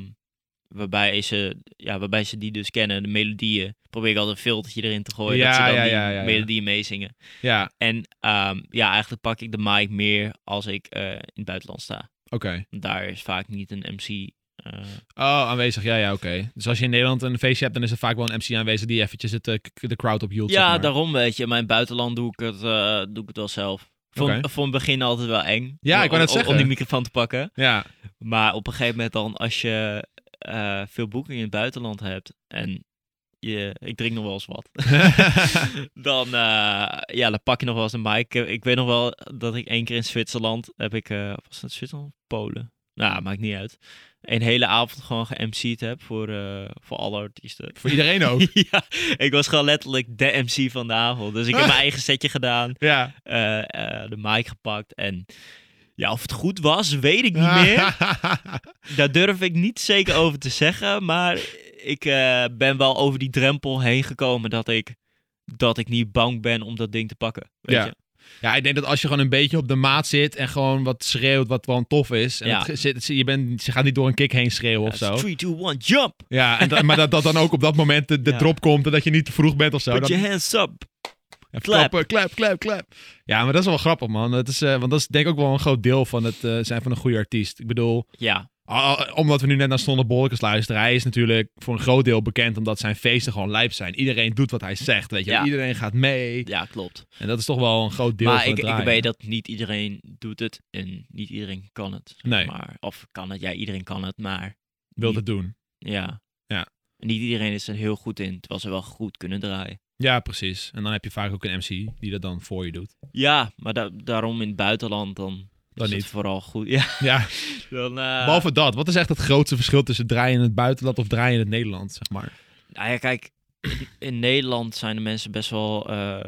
waarbij, ze, ja, waarbij ze die dus kennen. De melodieën. Probeer ik altijd een filtertje erin te gooien.
Ja,
dat ze dan
ja,
die
ja, ja, ja.
melodieën meezingen.
Ja,
En ehm, ja, eigenlijk pak ik de mic meer als ik eh, in het buitenland sta.
oké.
Want Daar is vaak niet een MC... eh,
Oh, aanwezig. Ja, ja, oké. Dus als je in Nederland een feestje hebt, dan is er vaak wel een MC aanwezig die eventjes het, eh, k- de crowd op hield. zeg
Ja,
maar.
daarom weet je. In mijn buitenland doe ik het, eh, doe ik het wel zelf. Vond,
Oké.
vond het begin altijd wel eng.
Ja,
Om-
ik wou net
om- om-
zeggen.
Om die microfoon te pakken.
Ja,
Maar op een gegeven moment dan, als je eh, veel boekingen in het buitenland hebt en je, ik drink nog wel eens wat, dan, eh, ja, dan pak je nog wel eens een mic. Ik, ik weet nog wel dat ik één keer in Zwitserland heb ik, eh was dat Zwitserland? Polen. Nou, maakt niet uit. Een hele avond gewoon geMC'd heb voor, eh, voor alle artiesten.
Voor iedereen ook.
ja, ik was gewoon letterlijk de MC van de avond. Dus ik heb mijn eigen setje gedaan,
ja.
eh, eh, de mic gepakt en... Ja, of het goed was, weet ik niet meer. Daar durf ik niet zeker over te zeggen. Maar ik eh, ben wel over die drempel heen gekomen dat ik, dat ik niet bang ben om dat ding te pakken. Weet
Ja.
je?
Ja, ik denk dat als je gewoon een beetje op de maat zit en gewoon wat schreeuwt wat gewoon tof is. En
Ja.
het ge- zit, je bent, ze gaat niet door een kick heen schreeuwen of zo.
Ja, het is 3, 2, 1, jump!
Ja, en dat- maar dat, dat dan ook op dat moment de, de
Ja.
drop komt en dat je niet te vroeg bent of zo.
Put
Dat,
your hands up!
even
clap.
klappen, clap, clap, clap. Ja, maar dat is wel grappig, man. Dat is, eh, want dat is denk ik ook wel een groot deel van het eh, zijn van een goede artiest. Ik bedoel,
Ja,
a- a- omdat we nu net naar Stonden Bolkens luisteren. Hij is natuurlijk voor een groot deel bekend omdat zijn feesten gewoon lijp zijn. Iedereen doet wat hij zegt, weet je. wel.
Ja.
Iedereen gaat mee.
ja klopt.
En dat is toch wel een groot deel
maar
van
ik,
het
ik
draaien.
weet dat niet iedereen doet het en niet iedereen kan het. zeg
Nee.
Maar, of kan het, ja, iedereen kan het, maar
Wil dat doen.
ja.
Ja.
Niet iedereen is er heel goed in, terwijl ze wel goed kunnen draaien.
Ja, precies. En dan heb je vaak ook een MC die dat dan voor je doet.
Ja, maar da- daarom in het buitenland dan,
Dan
is het
niet.
vooral goed. Ja,
Ja,
dan, eh,
behalve dat. Wat is echt het grootste verschil tussen draaien in het buitenland of draaien in het Nederland, zeg maar?
Nou ja, kijk, in Nederland zijn de mensen best wel, eh,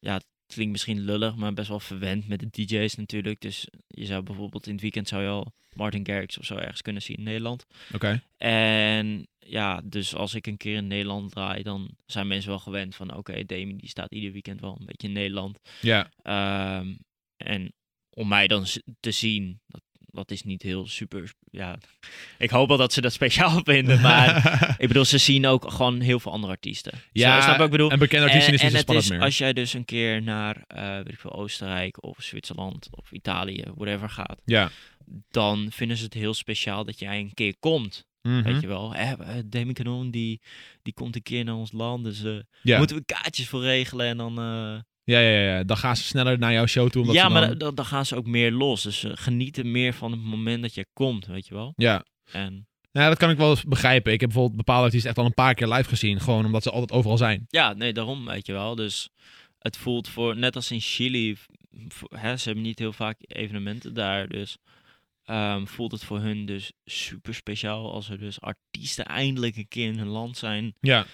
ja, het klinkt misschien lullig, maar best wel verwend met de DJ's natuurlijk. Dus je zou bijvoorbeeld in het weekend zou je al Martin Garrix of zo ergens kunnen zien in Nederland.
Oké.
En ja, dus als ik een keer in Nederland draai, dan zijn mensen wel gewend van, oké, Demi die staat ieder weekend wel een beetje in Nederland.
Ja,
Ehm, en om mij dan z- te zien, dat, dat is niet heel super, ja. Ik hoop wel dat ze dat speciaal vinden, maar... Ik bedoel, ze zien ook gewoon heel veel andere artiesten.
ja
Zo, snap je wat ik bedoel?
En bekende artiesten
en
is niet zo
en het
spannend
is,
meer.
als jij dus een keer naar eh, weet ik veel, Oostenrijk of Zwitserland of Italië, whatever gaat,
Ja.
dan vinden ze het heel speciaal dat jij een keer komt.
Mhm.
Weet je wel, eh, eh, Demi Canon die, die komt een keer naar ons land, dus eh,
ja.
moeten we kaartjes voor regelen en dan... eh,
ja, ja, ja, ja. Dan gaan ze sneller naar jouw show toe. Omdat
ja,
ze
maar
dan-
da- da- dan... gaan ze ook meer los, dus ze genieten meer van het moment dat jij komt, weet je wel.
Ja.
En
Nou, dat kan ik wel eens begrijpen. Ik heb bijvoorbeeld bepaalde artiesten echt al een paar keer live gezien. Gewoon omdat ze altijd overal zijn.
Ja, nee, daarom, weet je wel. Dus het voelt voor, net als in Chili, v- v- hè, ze hebben niet heel vaak evenementen daar, dus ehm, voelt het voor hun dus super speciaal als er dus artiesten eindelijk een keer in hun land zijn.
Ja.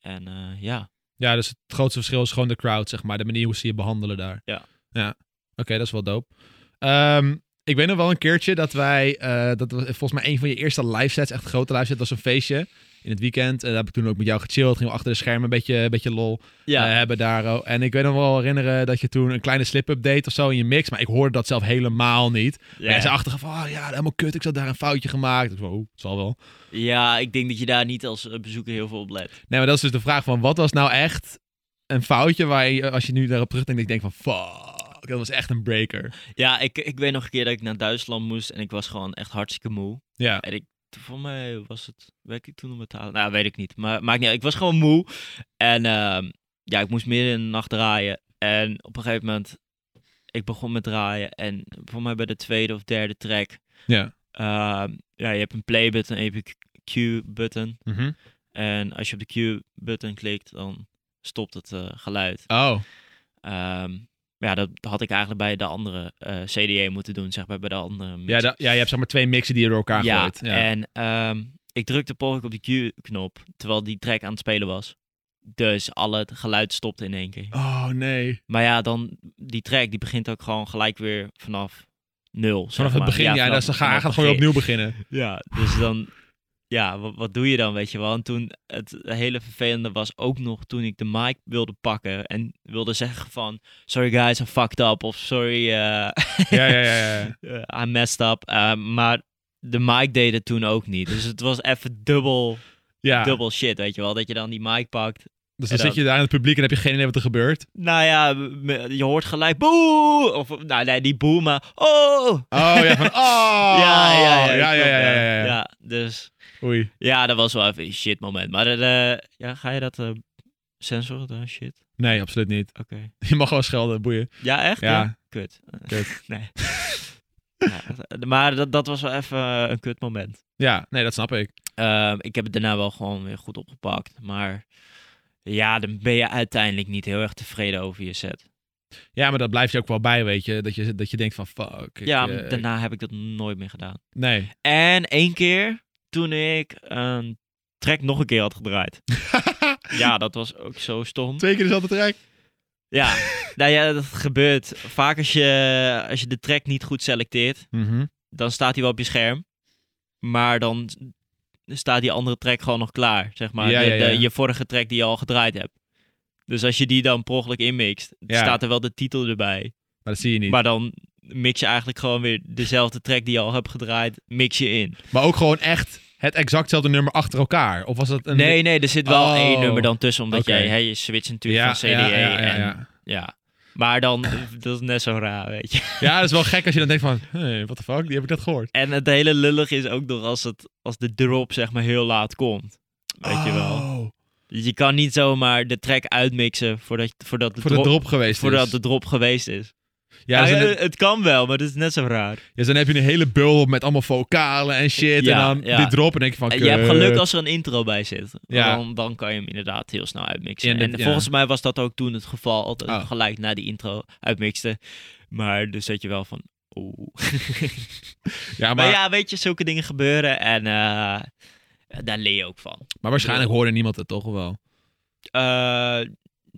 En eh, ja,
Ja, dus het grootste verschil is gewoon de crowd, zeg maar. De manier hoe ze je behandelen daar.
Ja.
Ja. Oké, dat is wel dope. Ehm, ik weet nog wel een keertje dat wij... eh, dat was volgens mij een van je eerste live sets, echt grote live set, was een feestje in het weekend. En daar heb ik toen ook met jou gechilled. Gingen we achter de schermen een beetje, een beetje lol
ja,
eh, hebben daar. oh. En ik weet nog wel herinneren dat je toen een kleine slip-up deed of zo in je mix. Maar ik hoorde dat zelf helemaal niet. En
ja.
Mensen achtergaf van, oh ja, helemaal kut. Ik zat daar een foutje gemaakt. Ik zo, oh, het zal wel.
ja, ik denk dat je daar niet als eh, bezoeker heel veel op let.
Nee, maar dat is dus de vraag van wat was nou echt een foutje waar je, als je nu daarop terugdenkt, dat je denkt van fuck, dat was echt een breaker.
Ja, ik, ik weet nog een keer dat ik naar Duitsland moest en ik was gewoon echt hartstikke moe.
Ja,
En ik, voor mij was het, werk ik toen om het te halen? Nou, weet ik niet. Maar maakt niet uit. Ik was gewoon moe. En ehm, ja, ik moest midden in de nacht draaien. En op een gegeven moment, ik begon met draaien. En voor mij bij de tweede of derde track.
Ja.
ehm, ja, je hebt een play button en je hebt een Q button.
Mhm.
En als je op de Q button klikt, dan stopt het eh, geluid.
Oh,
Ehm, ja, dat had ik eigenlijk bij de andere eh CDA moeten doen, zeg maar, bij de andere
ja, da- ja, je hebt zeg maar twee mixen die je door elkaar
ja,
gooit. Ja,
en ehm, ik drukte per ongeluk op de Q-knop, terwijl die track aan het spelen was. Dus al het geluid stopte in één keer.
Oh nee.
Maar ja, dan, die track die begint ook gewoon gelijk weer vanaf nul. zeg
Vanaf het
maar.
begin, ja,
vanaf-
dat ze gaan,
vanaf
gaan
het
gewoon weer
begin.
opnieuw beginnen.
Ja, dus dan... Ja, wat, wat doe je dan, weet je wel? En toen, het hele vervelende was ook nog toen ik de mic wilde pakken en wilde zeggen van... Sorry guys, I fucked up. Of sorry, eh,
Ja, ja, ja. ja.
eh, I messed up. Eh, maar de mic deed het toen ook niet. Dus het was even dubbel,
ja.
dubbel shit, weet je wel. Dat je dan die mic pakt.
Dus
en
dan zit
dan-
je daar in het publiek en heb je geen idee wat er gebeurt.
Nou ja, m- je hoort gelijk boe. Of nou nee, die boe, maar oh.
Oh ja, van oh.
ja, ja, ja,
ja, ja,
klopt,
ja, ja,
ja.
ja.
Ja, dus
Oei.
ja, dat was wel even een shit moment. Maar dat, eh, ja, ga je dat eh, censoren dan? Shit.
Nee, absoluut niet.
Oké.
Je mag wel schelden, boeien.
Ja, echt?
Ja.
Kut.
Kut.
nee. Ja, maar dat, dat was wel even eh, een kut moment.
Ja, nee, dat snap ik.
Ehm, ik heb het daarna wel gewoon weer goed opgepakt. Maar ja, dan ben je uiteindelijk niet heel erg tevreden over je set.
Ja, maar dat blijft je ook wel bij, weet je. Dat je, dat je denkt van, fuck. ik,
ja,
eh,
maar daarna heb ik dat nooit meer gedaan.
Nee.
En één keer toen ik een track nog een keer had gedraaid. ja, dat was ook zo stom.
Twee keer dezelfde track.
Ja, nou ja, dat gebeurt. Vaak als je, als je de track niet goed selecteert,
Mhm.
dan staat hij wel op je scherm. Maar dan s- staat die andere track gewoon nog klaar, zeg maar.
Ja,
De-
ja, ja.
de- je vorige track die je al gedraaid hebt. Dus als je die dan per ongeluk inmixt,
Ja.
staat er wel de titel erbij.
Maar dat zie je niet. Maar,
Maar dan mix je eigenlijk gewoon weer dezelfde track die je al hebt gedraaid, mix je in.
ook gewoon echt het exactzelfde nummer achter elkaar. Of was dat een...
Nee, nee, er zit wel
Oh.
één nummer dan tussen, omdat
Oké.
jij, hè, je switcht natuurlijk
Ja,
van CDE
ja, ja, ja,
en ja.
ja.
Maar dan, dat is net zo raar, weet je.
Ja, dat is wel gek als je dan denkt van, hey, what the fuck, die heb ik dat gehoord.
En het hele lullig is ook nog als, het, als de drop zeg maar heel laat komt. Weet je wel. Dus
Oh,
Je kan niet zomaar de track uitmixen voordat, voordat, de,
Voor
drop,
de drop geweest
voordat
is.
de drop geweest is.
Ja,
Nou,
dus dan,
het, het kan wel, maar dat is net zo raar.
dus dan heb je een hele bul met allemaal vocalen en shit.
Ja,
en dan
ja.
dit drop en denk je van,
En Eh, je hebt geluk
kut.
als er een intro bij zit.
Ja.
Dan, dan kan je hem inderdaad heel snel uitmixen.
En
En,
dat- ja.
volgens mij was dat ook toen het geval. Dat ik
Oh.
gelijk na die intro uitmixte. Maar dus dat je wel van... Oeh.
Ja, maar,
Maar ja, weet je, zulke dingen gebeuren. En eh, daar leer je ook van.
maar waarschijnlijk hoorde niemand het toch wel.
Eh,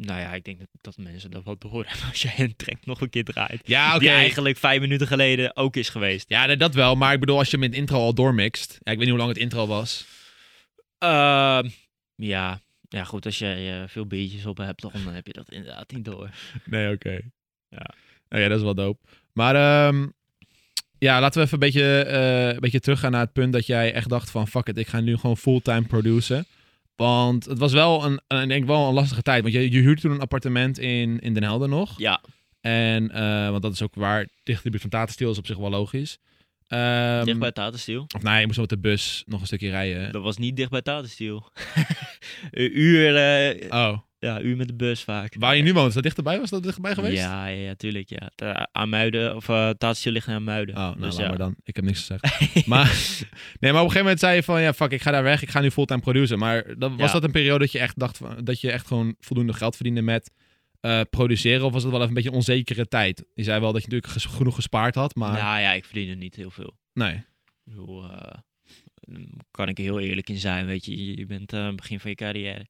nou ja, ik denk dat, dat mensen dat wel door hebben als je hen trekt nog een keer draait.
Ja, oké.
Die eigenlijk vijf minuten geleden ook is geweest.
Ja, nee, dat wel. Maar ik bedoel, als je hem in het intro al doormixt. Ja, ik weet niet hoe lang het intro was.
Ehm, ja. ja, goed, als je eh, veel biertjes op hebt, dan heb je dat inderdaad niet door.
Nee, oké.
Ja.
Nou ja, dat is wel dope. Maar ehm, ja, laten we even een beetje, eh, een beetje teruggaan naar het punt dat jij echt dacht van... Fuck it, ik ga nu gewoon fulltime produceren. Want het was wel een, een, ik denk wel een lastige tijd. Want je, je huurde toen een appartement in, in Den Helder nog.
Ja,
En, eh, want dat is ook waar, dicht in de buurt van Tatensteel is op zich wel logisch. Ehm,
dicht bij Tatenstiel.
Of nee, je moest wel met de bus nog een stukje rijden.
Dat was niet dicht bij Tatenstiel. een uur, eh,
Oh,
ja, uur met de bus vaak.
waar je nu woont, is dat dichterbij? Was dat dichterbij geweest?
Ja, ja, ja, tuurlijk, ja. Ta- aan Muiden, of eh Tatenstiel ligt aan Muiden.
Oh, nou,
Dus
laat
ja.
maar dan. Ik heb niks gezegd. maar, nee, maar op een gegeven moment zei je van, ja, fuck, ik ga daar weg. Ik ga nu fulltime produceren. Maar dan, was
Ja.
dat een periode dat je echt dacht van, dat je echt gewoon voldoende geld verdiende met eh, produceren? Of was het wel even een beetje een onzekere tijd? Je zei wel dat je natuurlijk ges- genoeg gespaard had, maar
Nou ja, ik verdien er niet heel veel.
nee.
Ik bedoel, eh, mm, kan ik er heel eerlijk in zijn, weet je, je bent eh, aan het begin van je carrière.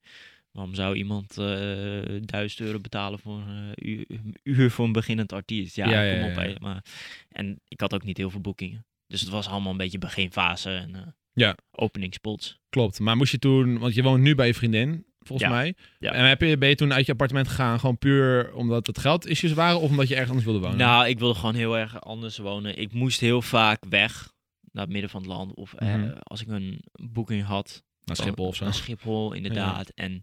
Waarom zou iemand eh, duizend 1000 euro betalen voor een uur, uur voor een beginnend artiest? Ja,
Ja, ja,
kom op.
ja,
hè.
ja.
Maar, en ik had ook niet heel veel boekingen. Dus het was allemaal een beetje beginfase en eh
Ja.
openingspots.
Klopt. Maar moest je toen, want je woont nu bij je vriendin, volgens
Ja.
mij.
Ja.
En heb je, ben je toen uit je appartement gegaan gewoon puur omdat het geldissues waren of omdat je ergens anders wilde wonen?
Nou, ik wilde gewoon heel erg anders wonen. Ik moest heel vaak weg naar het midden van het land. Of eh,
Mhm.
als ik een boeking had,
Naar Schiphol of zo.
Naar Schiphol, inderdaad. En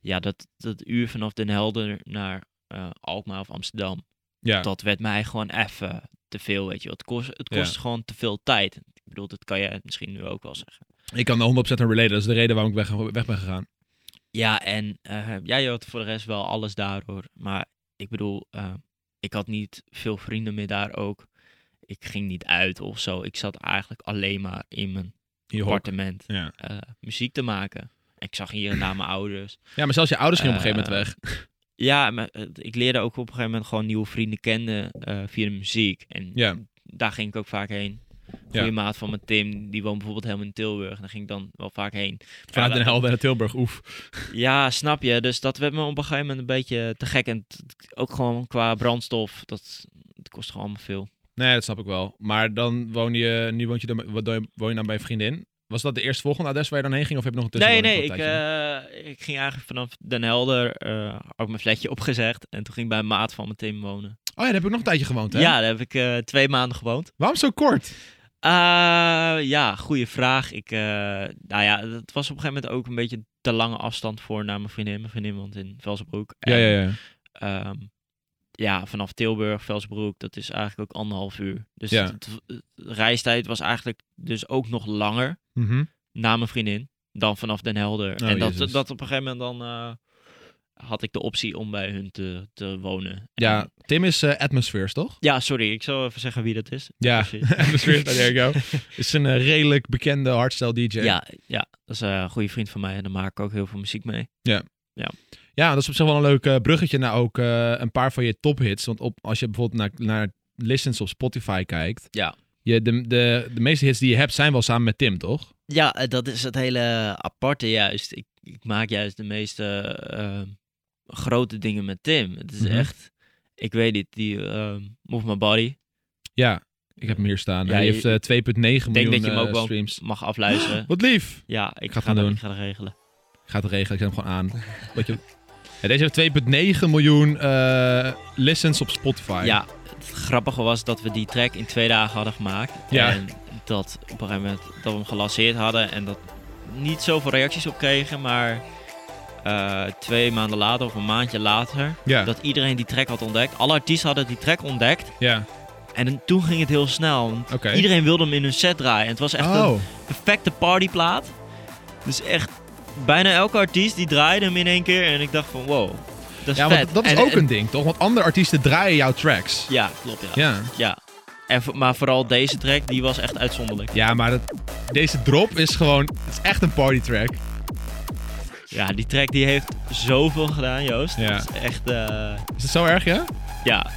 ja, dat, dat uur vanaf Den Helder naar eh, Alkmaar of Amsterdam,
Ja.
dat werd mij gewoon even te veel, weet je. wel. Het kost, het
Ja.
kost gewoon te veel tijd. Ik bedoel, dat kan jij misschien nu ook wel zeggen.
Ik kan er 100% aan relaten. Dat is de reden waarom ik weg, weg ben gegaan.
Ja, en eh, jij had voor de rest wel alles daardoor. Maar ik bedoel, eh, ik had niet veel vrienden meer daar ook. Ik ging niet uit of zo. Ik zat eigenlijk alleen maar in mijn
In je hok.
appartement
Ja.
eh, muziek te maken. Ik zag hier en daar mijn ouders.
ja, maar zelfs je ouders gingen op een
Eh,
gegeven moment weg.
Ja, maar eh, ik leerde ook op een gegeven moment gewoon nieuwe vrienden kennen eh, via de muziek. En
Ja.
daar ging ik ook vaak heen.
Ja.
Goeie maat van mijn Tim, die woont bijvoorbeeld helemaal in Tilburg. En daar ging ik dan wel vaak heen.
Vanuit
Ja,
Den
dat-
Helder naar Tilburg, oef.
Ja, snap je. Dus dat werd me op een gegeven moment een beetje te gek. En t- t- ook gewoon qua brandstof, dat, dat kost gewoon allemaal veel.
Nee, dat snap ik wel. Maar dan woon je, nu woont je dan, wat doe je- woon je dan bij een vriendin. Was dat de eerste volgende adres waar je dan heen ging? Of heb je nog een
nee,
tussenwoning
nee, ik,
voor een tijdje?
eh, ik ging eigenlijk vanaf Den Helder, eh ook mijn flatje opgezegd. En toen ging ik bij een maat van mijn Tim wonen.
Oh ja, daar heb ik nog een tijdje gewoond, hè?
eh, Ja, daar heb ik eh, twee maanden gewoond.
Waarom zo kort?
Eh, ja, goede vraag. Ik, eh, nou ja, het was op een gegeven moment ook een beetje te lange afstand voor naar mijn vriendin. Mijn vriendin woont in Velsenbroek. En,
ja.
ehm, ja, vanaf Tilburg, Velsenbroek, dat is eigenlijk ook anderhalf uur. Dus
Ja.
het- het- de reistijd was eigenlijk dus ook nog langer
Mhm.
na mijn vriendin dan vanaf Den Helder.
Oh,
en dat,
Jezus.
dat op een gegeven moment dan eh, had ik de optie om bij hun te, te wonen.
Ja,
En-
Tim is eh, Atmospheres, toch?
ja, sorry, ik zal even zeggen wie dat is.
Ja,
Precies.
Atmospheres, there you go. Is een eh, redelijk bekende hardstyle DJ.
Ja, ja, dat is eh, een goede vriend van mij en daar maak ik ook heel veel muziek mee.
Ja, dat is op zich wel een leuk eh, bruggetje naar ook eh, een paar van je tophits. Want op, als je bijvoorbeeld naar, naar listens op Spotify kijkt.
Ja.
Je, de, de, de meeste hits die je hebt zijn wel samen met Tim, toch?
Ja, eh, dat is het hele aparte juist. Ik, ik maak juist de meeste eh, grote dingen met Tim. Het is
Mhm.
echt, ik weet niet, die eh, Move My Body.
Ja, ik heb hem hier staan.
Ja,
Hij
je-
heeft eh, 2,9 miljoen
denk dat je hem ook
eh,
wel-
streams.
Mag afluisteren.
Wat lief!
ja, ik
ga
ga,
het doen.
dat, ik ga dat regelen.
Ik ga het regelen, ik zet hem gewoon aan. Weet je... Ja, deze heeft 2,9 miljoen eh, listens op Spotify.
Ja, het grappige was dat we die track in twee dagen hadden gemaakt.
Ja.
En dat op een gegeven moment dat we hem gelanceerd hadden en dat niet zoveel reacties op kregen, maar eh, twee maanden later of een maandje later,
Ja,
dat iedereen die track had ontdekt. Alle artiesten hadden die track ontdekt
ja.
en dan- toen ging het heel snel. want
oké.
Iedereen wilde hem in hun set draaien. En het was echt een
Oh,
perfecte partyplaat. Dus echt, bijna elke artiest die draaide hem in één keer en ik dacht van wow, dat is
ja,
vet.
want dat is
En-
ook
en-
een ding, toch? Want andere artiesten draaien jouw tracks.
Ja, klopt ja.
Ja.
Ja. En, vo- maar vooral deze track, die was echt uitzonderlijk.
Ja, maar dat- deze drop is gewoon... Het is echt een partytrack.
Ja, die track die heeft zoveel gedaan, Joost.
Ja.
Dat is echt, eh,
Is het zo erg, ja?
ja.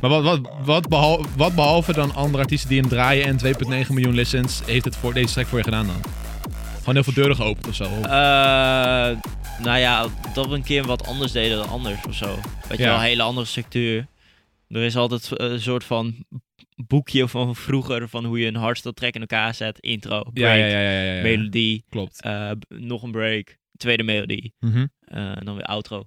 Maar wat, wat, wat, behal- wat behalve dan andere artiesten die hem draaien en 2,9 miljoen listens... heeft het voor deze track voor je gedaan dan? Gewoon heel veel deuren geopend of zo? of-
Eh, nou ja, dat we een keer wat anders deden dan anders of zo. Weet je
Ja.
wel, een hele andere structuur. Er is altijd eh, een soort van boekje van vroeger van hoe je een hardstyle track in elkaar zet. Intro, break,
ja, ja, ja, ja, ja, ja.
melodie,
Klopt.
eh, b- nog een break, tweede melodie
Mhm.
eh, en dan weer outro.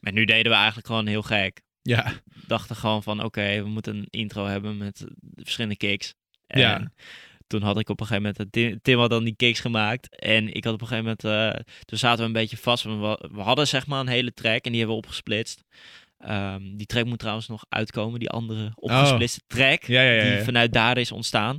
Maar nu deden we eigenlijk gewoon heel gek.
Ja.
dachten gewoon van, oké, we moeten een intro hebben met eh, verschillende kicks. En
Ja.
toen had ik op een gegeven moment, Tim, Tim had dan die kicks gemaakt. En ik had op een gegeven moment, eh, toen zaten we een beetje vast. want We, we hadden zeg maar een hele track en die hebben we opgesplitst. Ehm, die track moet trouwens nog uitkomen, die andere opgesplitste track.
Oh. Ja, ja, ja,
Die
ja.
vanuit daar is ontstaan.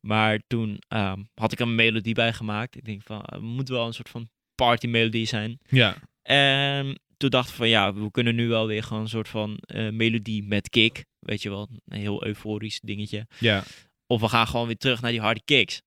Maar toen ehm, had ik er een melodie bij gemaakt. Ik denk van, eh, het moet wel een soort van party melodie zijn.
Ja.
En Ehm, toen dachten we van ja, we kunnen nu wel weer gewoon een soort van eh, melodie met kick. Weet je wel, een heel euforisch dingetje.
Ja.
Of we gaan gewoon weer terug naar die harde kicks.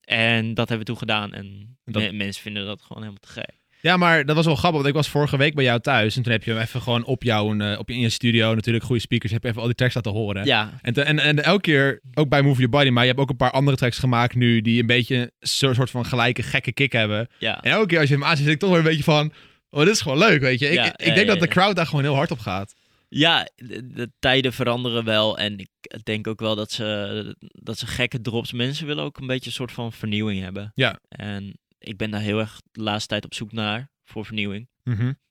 En dat hebben we toen gedaan. En
Dat-
me- mensen vinden dat gewoon helemaal te gek.
Ja, maar dat was wel grappig, want ik was vorige week bij jou thuis. En toen heb je hem even gewoon op jouw, eh, op je, in je studio, natuurlijk goede speakers, heb je even al die tracks laten horen.
Ja,
En, te- en, en elke keer, ook bij Move Your Body, maar je hebt ook een paar andere tracks gemaakt nu, die een beetje een so- soort van gelijke gekke kick hebben.
ja.
En elke keer als je hem aanzet, zit ik toch weer een beetje van, oh, dit is gewoon leuk, weet je. Ik,
Ja,
ik, ik
ja,
denk
ja,
dat de
ja.
crowd daar gewoon heel hard op gaat.
Ja, de, de tijden veranderen wel. En ik denk ook wel dat ze, dat ze gekke drops. Mensen willen ook een beetje een soort van vernieuwing hebben.
Ja.
En ik ben daar heel erg de laatste tijd op zoek naar voor vernieuwing.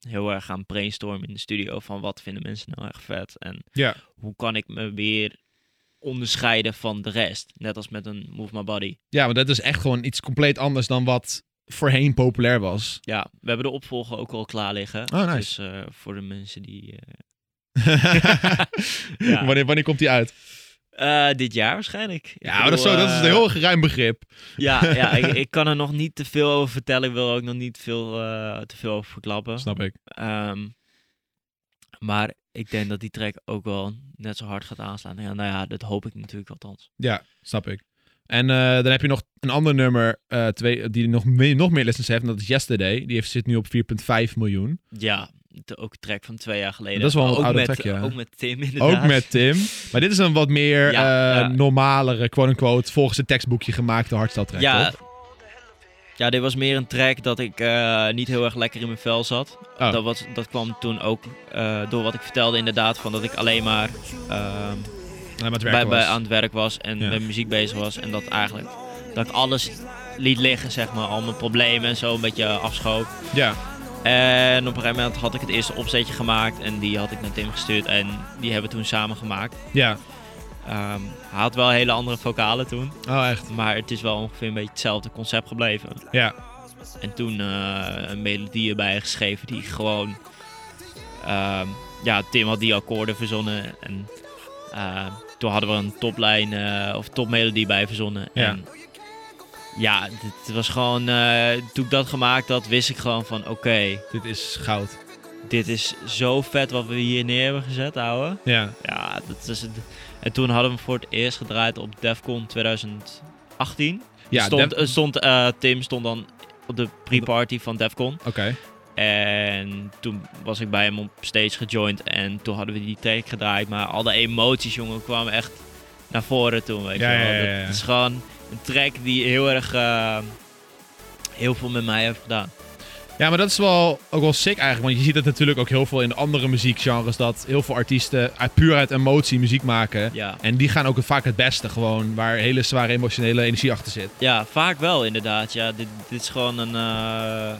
heel erg aan brainstormen in de studio van wat vinden mensen nou echt vet en
Ja.
hoe kan ik me weer onderscheiden van de rest, net als met een Move My Body.
Ja, want dat is echt gewoon iets compleet anders dan wat voorheen populair was.
Ja, we hebben de opvolger ook al klaar liggen.
Oh, nice.
Dus eh, voor de mensen die eh,
wanneer, wanneer komt die uit?
eh, dit jaar waarschijnlijk. Ik
Ja, maar dat is, zo,
bedoel,
dat is een
eh,
heel ruim begrip.
Ja, ja ik, ik kan er nog niet te veel over vertellen. Ik wil er ook nog niet veel, eh, te veel over verklappen.
Snap ik.
Ehm, maar ik denk dat die track ook wel net zo hard gaat aanslaan. Ja, nou ja, dat hoop ik natuurlijk althans.
Ja, snap ik. En eh, dan heb je nog een ander nummer eh, twee, die nog, me- nog meer listens heeft. En dat is Yesterday. Die heeft, zit nu op 4,5 miljoen.
Ja, de- ook een track van twee jaar geleden.
Dat is wel een
ook
oude
met,
track, ja.
Ook met Tim inderdaad.
Ook met Tim. Maar dit is een wat meer
Ja,
eh,
ja.
normalere, quote-unquote, volgens het tekstboekje gemaakte hardstyle track,
Ja,
toch?
ja, dit was meer een track dat ik eh, niet heel erg lekker in mijn vel zat.
Oh.
Dat, was, dat kwam toen ook eh, door wat ik vertelde inderdaad. Van dat ik alleen maar ehm,
Ja, maar het
bij,
werken
bij,
was.
aan het werk was en
Ja.
met muziek bezig was. En dat eigenlijk dat ik alles liet liggen, zeg maar. Al mijn problemen en zo een beetje afschoof.
Ja,
En op een gegeven moment had ik het eerste opzetje gemaakt. En die had ik naar Tim gestuurd. En die hebben we toen samen gemaakt.
ja.
Ehm, hij had wel hele andere vocalen toen,
Oh, echt.
maar het is wel ongeveer een beetje hetzelfde concept gebleven.
Ja.
En toen eh, een melodie erbij geschreven die gewoon... ehm, ja, Tim had die akkoorden verzonnen en ehm, toen hadden we een toplijn eh, of topmelodie bij verzonnen.
Ja.
En, ja, het- het was gewoon... eh, toen ik dat gemaakt had, wist ik gewoon van oké,
Dit is goud.
dit is zo vet wat we hier neer hebben gezet, ouwe.
Ja.
Ja, dat is het. En toen hadden we hem voor het eerst gedraaid op Defcon 2018.
Ja,
stond,
Def-
eh, stond, eh, Tim stond dan op de pre-party van Defcon.
Oké.
En toen was ik bij hem op stage gejoind en toen hadden we die track gedraaid. Maar al de emoties, jongen, kwamen echt naar voren toen, weet je
Ja,
wel.
ja, ja, ja.
Dat is gewoon een track die heel erg... eh, heel veel met mij heeft gedaan.
Ja, maar dat is wel ook wel sick eigenlijk. Want je ziet het natuurlijk ook heel veel in andere muziekgenres. Dat heel veel artiesten uit, puur uit emotie muziek maken.
Ja.
En die gaan ook vaak het beste gewoon. Waar hele zware emotionele energie achter zit.
ja, vaak wel inderdaad. Ja, dit, dit is gewoon een, eh,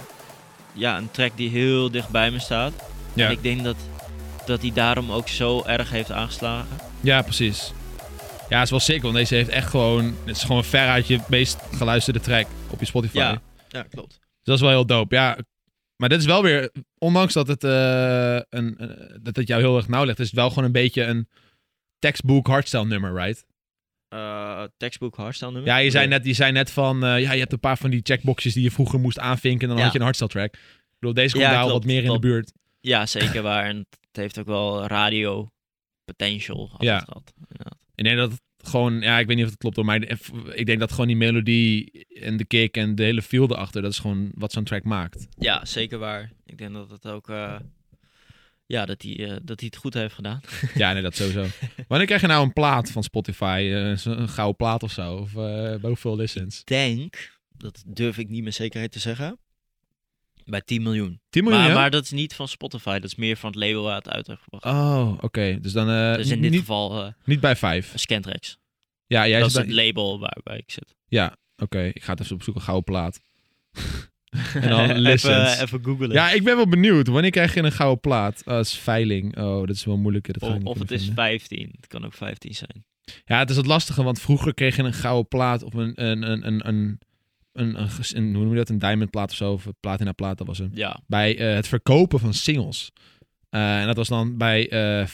ja, een track die heel dicht bij me staat.
Ja,
En ik denk dat, dat hij daarom ook zo erg heeft aangeslagen.
ja precies. Ja, het is wel sick. Want deze heeft echt gewoon... Het is gewoon veruit je meest geluisterde track op je Spotify.
Ja, ja klopt.
Dus dat is wel heel dope, ja. Maar dit is wel weer, ondanks dat het, eh, een, eh, dat het jou heel erg nauw ligt, is het wel gewoon een beetje een textbook hardstyle nummer, right?
Eh, textbook hardstyle nummer.
Ja, je zei net, je zei net van, eh, ja, je hebt een paar van die checkboxjes die je vroeger moest aanvinken en dan
Ja.
had je een hardstyle track. Ik bedoel, deze komt
Ja,
daar al
klopt,
wat meer in
klopt.
de buurt.
Ja, zeker waar. En het heeft ook wel radio potential had
Ja.
het gehad. inderdaad.
Ik denk dat het gewoon, ja, ik weet niet of het klopt hoor, maar ik denk dat gewoon die melodie en de kick en de hele feel erachter, dat is gewoon wat zo'n track maakt.
Ja, zeker waar. Ik denk dat het ook... eh, ja, dat hij, eh, dat hij het goed heeft gedaan.
ja, nee, dat sowieso. Wanneer krijg je nou een plaat van Spotify? Eh, zo'n- een gouden plaat of zo? Of eh, bij hoeveel listens?
Denk, dat durf ik niet met zekerheid te zeggen, bij 10 miljoen.
10 miljoen,
maar,
ja?
maar dat is niet van Spotify. Dat is meer van het label waar het uit heeft gebracht.
Oh, oké. Dus dan eh,
dus in dit
niet,
geval eh
niet bij vijf.
Scantrax.
Ja, jij
Dat
zit
is
bij-
het label waarbij ik zit.
Ja, oké. Ik ga het even opzoeken. Gouden plaat. en dan listens.
even, eh, even googlen.
ja, ik ben wel benieuwd. Wanneer krijg je een gouden plaat? Oh, dat is veiling. Oh, dat is wel moeilijk. Dat ga ik
of
niet
of het
kunnen
is
vinden.
15. Het kan ook 15 zijn.
Ja, het is het lastige, want vroeger kreeg je een gouden plaat of een, een, een, een, een, een, een, ges- een- hoe noem je dat? Een diamond plaat of zo. Of een platina plaat, dat was hem.
Ja.
Bij eh, het verkopen van singles. Eh, en dat was dan bij eh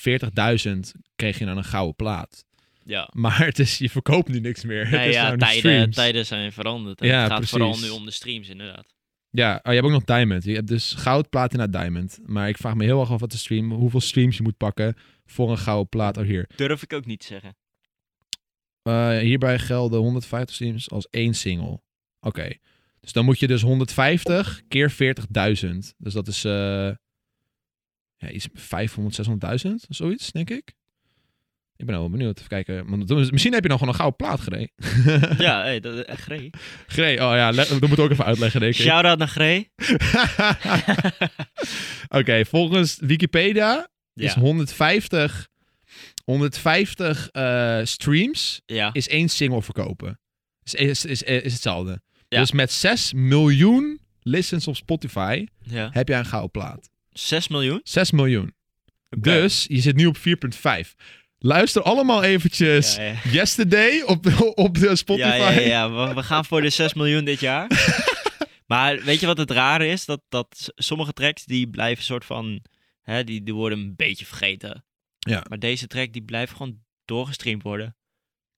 40.000 kreeg je dan een gouden plaat.
ja.
Maar het is, je verkoopt nu niks meer. het
Nee,
is
ja
nou de
tijden,
streams.
tijden zijn veranderd. En
Ja,
het gaat vooral
precies.
nu om de streams, inderdaad.
Ja, oh, je hebt ook nog diamond. Je hebt dus goud, platina, diamond. Maar ik vraag me heel erg af wat de stream, hoeveel streams je moet pakken voor een gouden plaat. Oh, hier.
Durf ik ook niet te zeggen.
Eh, hierbij gelden 150 streams als één single. Oké. Dus dan moet je dus 150 keer 40.000. Dus dat is eh ja, iets 500, 600.000 of zoiets, denk ik. Ik ben nou wel benieuwd. Even kijken. Want dan- Misschien heb je nog gewoon een gouden plaat gereden.
ja, hey, dat, eh, Gray.
Gree, oh ja, le- dat moet ik ook even uitleggen, denk ik.
Shout-out naar Gray.
Oké, volgens Wikipedia is
Ja.
150, 150 eh, streams
Ja.
is één single verkopen. Is, is, is, is hetzelfde.
Ja.
Dus met 6 miljoen listens op Spotify
ja.
heb jij een gouden plaat.
6 miljoen.
6 miljoen. Dus je zit nu op 4,5. Luister allemaal eventjes
Ja, ja.
Yesterday op, op de Spotify.
Ja, ja, ja. We, we gaan voor de 6 miljoen dit jaar. maar weet je wat het rare is? Dat, dat s- sommige tracks die blijven soort van... Hè, die, die worden een beetje vergeten.
Ja.
Maar deze track die blijft gewoon doorgestreamd worden.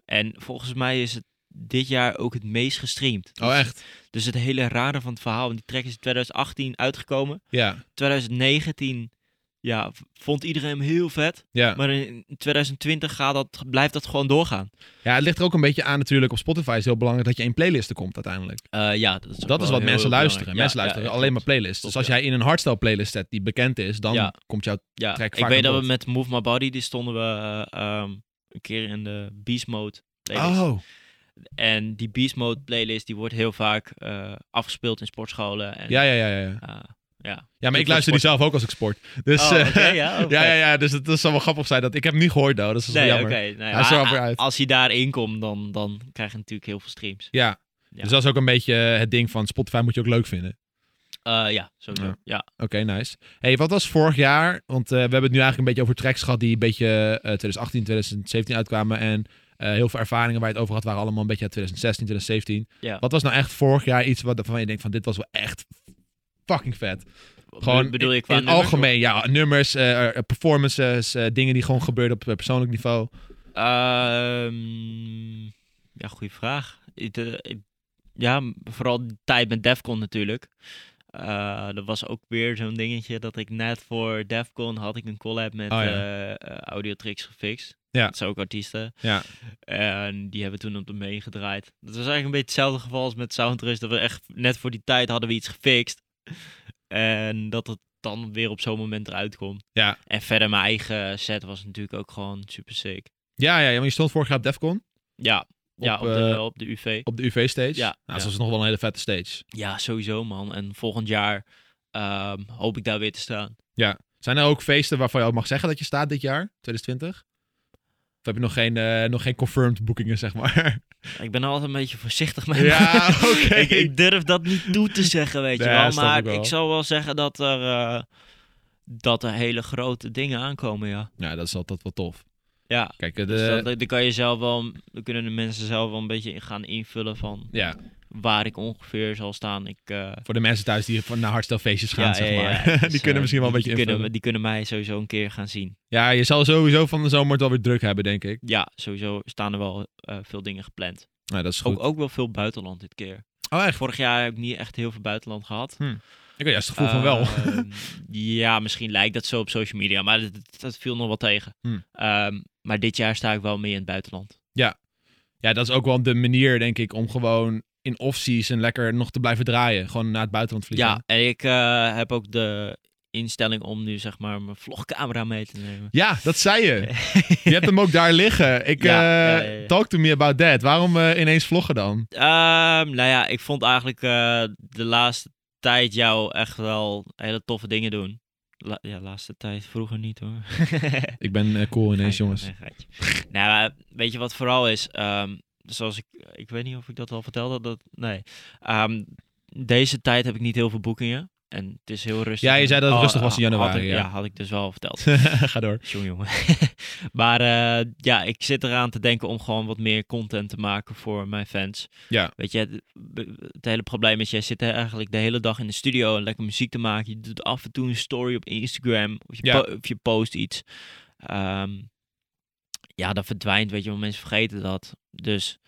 En volgens mij is het dit jaar ook het meest gestreamd.
Oh, echt?
Dus het hele rare van het verhaal. Want die track is in 2018 uitgekomen.
Ja,
2019 ja, v- vond iedereen hem heel vet.
ja.
Maar in 2020 gaat dat, blijft dat gewoon doorgaan.
Ja, het ligt er ook een beetje aan natuurlijk. Op Spotify is het heel belangrijk dat je in playlisten komt uiteindelijk.
Eh, ja, dat is, ook
Dat
wel
is wat
heel
mensen
belangrijk.
luisteren.
Ja,
mensen
ja,
luisteren
ja,
alleen maar
klopt.
playlists.
Klopt,
dus als
ja.
jij in een hardstyle playlist zet die bekend is, dan
Ja.
komt jouw...
Ja,
track
ik
vaak
weet
aan
dat we
bod.
met Move My Body, die stonden we eh, ehm, een keer in de Beast Mode playlist.
Oh.
En die Beast Mode playlist, die wordt heel vaak eh, afgespeeld in sportscholen. En,
Ja, ja, ja, ja, ja.
eh, ja.
Ja, maar
Doe
ik luister die zelf ook als ik sport. Dus,
Oh,
eh,
oké, ja, oh,
ja, ja,
vet.
ja, dus het, dat zal wel grappig zijn. Dat, ik heb hem niet gehoord, though. Dat is wel
Nee, oké.
jammer.
nou ja,
Hij is er wel
a-
weer uit.
Als hij daarin komt, dan, dan krijg je natuurlijk heel veel streams.
Ja.
Ja.
Dus dat is ook een beetje het ding van Spotify moet je ook leuk vinden.
Eh, ja, sowieso.
Ja.
Ja.
Oké, nice. hey, wat was vorig jaar? Want eh, we hebben het nu eigenlijk een beetje over tracks gehad die een beetje eh, 2018, 2017 uitkwamen. En eh, heel veel ervaringen waar je het over had waren allemaal een beetje uit 2016, 2017.
Ja.
Wat was nou echt vorig jaar iets wat, waarvan je denkt van dit was wel echt fucking vet? Gewoon
Gewoon bedoel je qua
in
nummers,
algemeen, ja, nummers, eh, eh, performances, eh, dingen die gewoon gebeurden op eh, persoonlijk niveau.
of- Ehm, ja, goede vraag. Ik, eh, ik- ja, m- vooral die tijd met Defcon natuurlijk. Eh, dat was ook weer zo'n dingetje dat ik net voor Defcon had ik een collab met
Oh, ja.
eh, eh, Audiotrix gefixt.
Ja.
Dat zijn ook artiesten.
Ja.
En die hebben toen op de mee gedraaid. Dat was eigenlijk een beetje hetzelfde geval als met Soundtrust. Dat we echt net voor die tijd hadden we iets gefixt. En dat het dan weer op zo'n moment eruit komt.
Ja.
En verder mijn eigen set was natuurlijk ook gewoon super sick.
Ja, ja, ja, want je stond vorig jaar op Defcon.
Ja, op, ja, op, de,
eh,
op de UV.
Op de UV-stage.
Ja,
Nou,
ja.
dat was nog wel een hele vette stage.
Ja, sowieso man. En volgend jaar ehm, hoop ik daar weer te staan.
Zijn er ook feesten waarvan je ook mag zeggen dat je staat dit jaar, 2020? Of heb je nog geen, eh, nog geen confirmed boekingen, zeg maar?
Ik ben er altijd een beetje voorzichtig mee.
Ja, oké.
ik, ik durf dat niet toe te zeggen, weet je
Nee,
wel.
snap
Maar
ik wel.
ik zal wel zeggen dat er, eh, dat er hele grote dingen aankomen, ja.
ja, nou, dat is altijd wel tof.
Ja,
Kijk, eh, de,
dus dat, daar kan je zelf wel, daar kunnen de mensen zelf wel een beetje in gaan invullen van
ja,
waar ik ongeveer zal staan. Ik, eh,
voor de mensen thuis die van naar hardstylefeestjes gaan,
ja,
zeg
ja,
maar.
ja, dus,
die kunnen
eh,
misschien wel een beetje
die kunnen,
invullen.
die kunnen mij sowieso een keer gaan zien.
Ja, je zal sowieso van de zomer het wel weer druk hebben, denk ik.
Ja, sowieso staan er wel eh, veel dingen gepland.
Nou, dat is goed.
Ook, ook wel veel buitenland dit keer.
oh, echt?
Vorig jaar heb ik niet echt heel veel buitenland gehad.
Ik had juist het gevoel van wel.
Ehm, ja, misschien lijkt dat zo op social media, maar dat, dat- dat viel nog wel tegen.
Hmm.
Ehm, maar dit jaar sta ik wel mee in het buitenland.
Ja, dat is ook wel de manier, denk ik, om gewoon in off-season lekker nog te blijven draaien. Gewoon naar het buitenland vliegen.
Ja, en ik eh, heb ook de instelling om nu zeg maar mijn vlogcamera mee te nemen.
Ja, dat zei je. Je hebt hem ook daar liggen. Ik,
Ja,
eh,
ja, ja, ja.
Talk to me about that. Waarom eh, ineens vloggen dan?
Ehm, nou ja, ik vond eigenlijk eh, de laatste tijd jou echt wel hele toffe dingen doen. La- ja, laatste tijd vroeger niet hoor.
Ik ben eh, cool ineens,
Geintje,
jongens.
nee, geintje. nou, maar weet je wat vooral is? Ehm, zoals ik, ik weet niet of ik dat al vertelde. Dat, nee. Ehm, deze tijd heb ik niet heel veel boekingen. En het is heel rustig.
Ja, je zei dat het
Oh,
rustig was in
had
januari,
ik-
ja.
ja, had ik dus wel verteld.
Ga door.
Tjonge, jongen. maar eh, ja, ik zit eraan te denken om gewoon wat meer content te maken voor mijn fans.
Ja.
Weet je, het, het hele probleem is, jij zit eigenlijk de hele dag in de studio en lekker muziek te maken. Je doet af en toe een story op Instagram of je,
Ja.
po- of je post iets. Ehm, ja, dat verdwijnt, weet je, want mensen vergeten dat. Dus,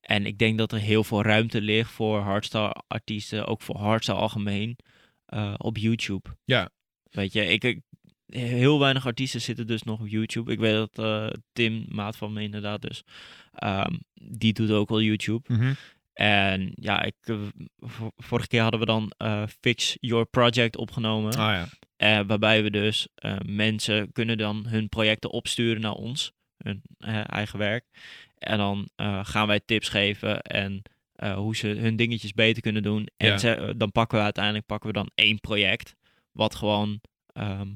en ik denk dat er heel veel ruimte ligt voor hardstyle artiesten, ook voor hardstyle algemeen, eh, op YouTube.
Ja.
Weet je, ik, ik- heel weinig artiesten zitten dus nog op YouTube. Ik weet dat eh, Tim, maat van me inderdaad dus, ehm, die doet ook wel YouTube.
Mhm. Ah,
En ja, ik, eh, v- vorige keer hadden we dan eh, Fix Your Project opgenomen.
Ah ja.
Eh, waarbij we dus eh, mensen kunnen dan hun projecten opsturen naar ons, hun eh, eigen werk. En dan eh, gaan wij tips geven en eh, hoe ze hun dingetjes beter kunnen doen. En
Ja.
ze- eh, dan pakken we uiteindelijk pakken we dan één project, wat gewoon, ehm,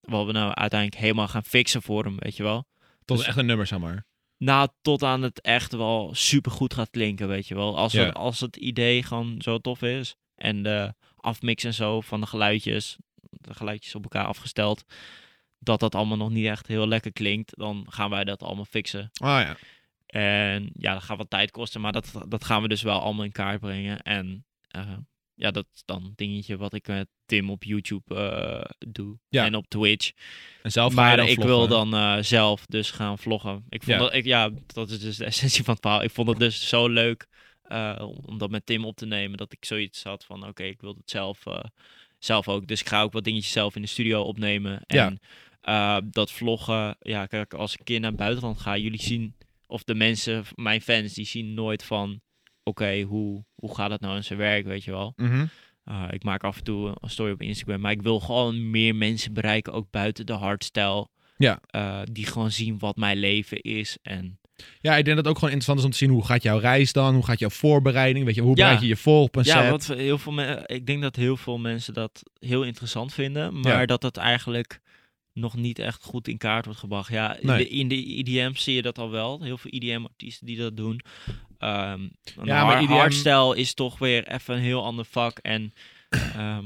wat we nou uiteindelijk helemaal gaan fixen voor hem, weet je wel.
Tot
Dus-
echt een nummer, zeg maar.
Nou, tot aan het echt wel supergoed gaat klinken, weet je wel. Als,
Ja.
het, als het idee gewoon zo tof is. En de afmix en zo van de geluidjes, de geluidjes op elkaar afgesteld. Dat dat allemaal nog niet echt heel lekker klinkt. Dan gaan wij dat allemaal fixen.
Ah ja.
En ja, dat gaat wat tijd kosten. Maar dat, dat gaan we dus wel allemaal in kaart brengen. En eh, ja, dat is dan een dingetje wat ik met Tim op YouTube eh, doe.
Ja.
En op Twitch
En zelf ga je
maar
dan
ik
vloggen.
wil dan eh, zelf dus gaan vloggen. Ik vond
Ja.
Dat, ik, ja, dat is dus de essentie van het verhaal. Ik vond het dus zo leuk eh, om- om dat met Tim op te nemen. Dat ik zoiets had van, oké, ik wil het zelf, eh, zelf ook. Dus ik ga ook wat dingetjes zelf in de studio opnemen.
Ja.
En eh, dat vloggen, ja, kijk, als ik een keer naar het buitenland ga, jullie zien, of de mensen, mijn fans, die zien nooit van, oké, hoe, hoe gaat het nou in zijn werk, weet je wel.
Mhm.
Uh, ik maak af en toe een story op Instagram. Maar ik wil gewoon meer mensen bereiken, ook buiten de hardstyle.
Ja.
Eh, die gewoon zien wat mijn leven is. En
Ja, ik denk dat het ook gewoon interessant is om te zien hoe gaat jouw reis dan? Hoe gaat jouw voorbereiding? Weet je, hoe
Ja.
bereid je je voor op een set?
ja, wat we- heel veel me- eh, ik denk dat heel veel mensen dat heel interessant vinden. Maar
Ja.
dat dat eigenlijk nog niet echt goed in kaart wordt gebracht. Ja, in,
Nee.
de, in de EDM zie je dat al wel. Heel veel EDM-artiesten die dat doen. Ehm
Ja,
ja,
maar
maar
EDM
hardstyle is toch weer even een heel ander vak. En ehm,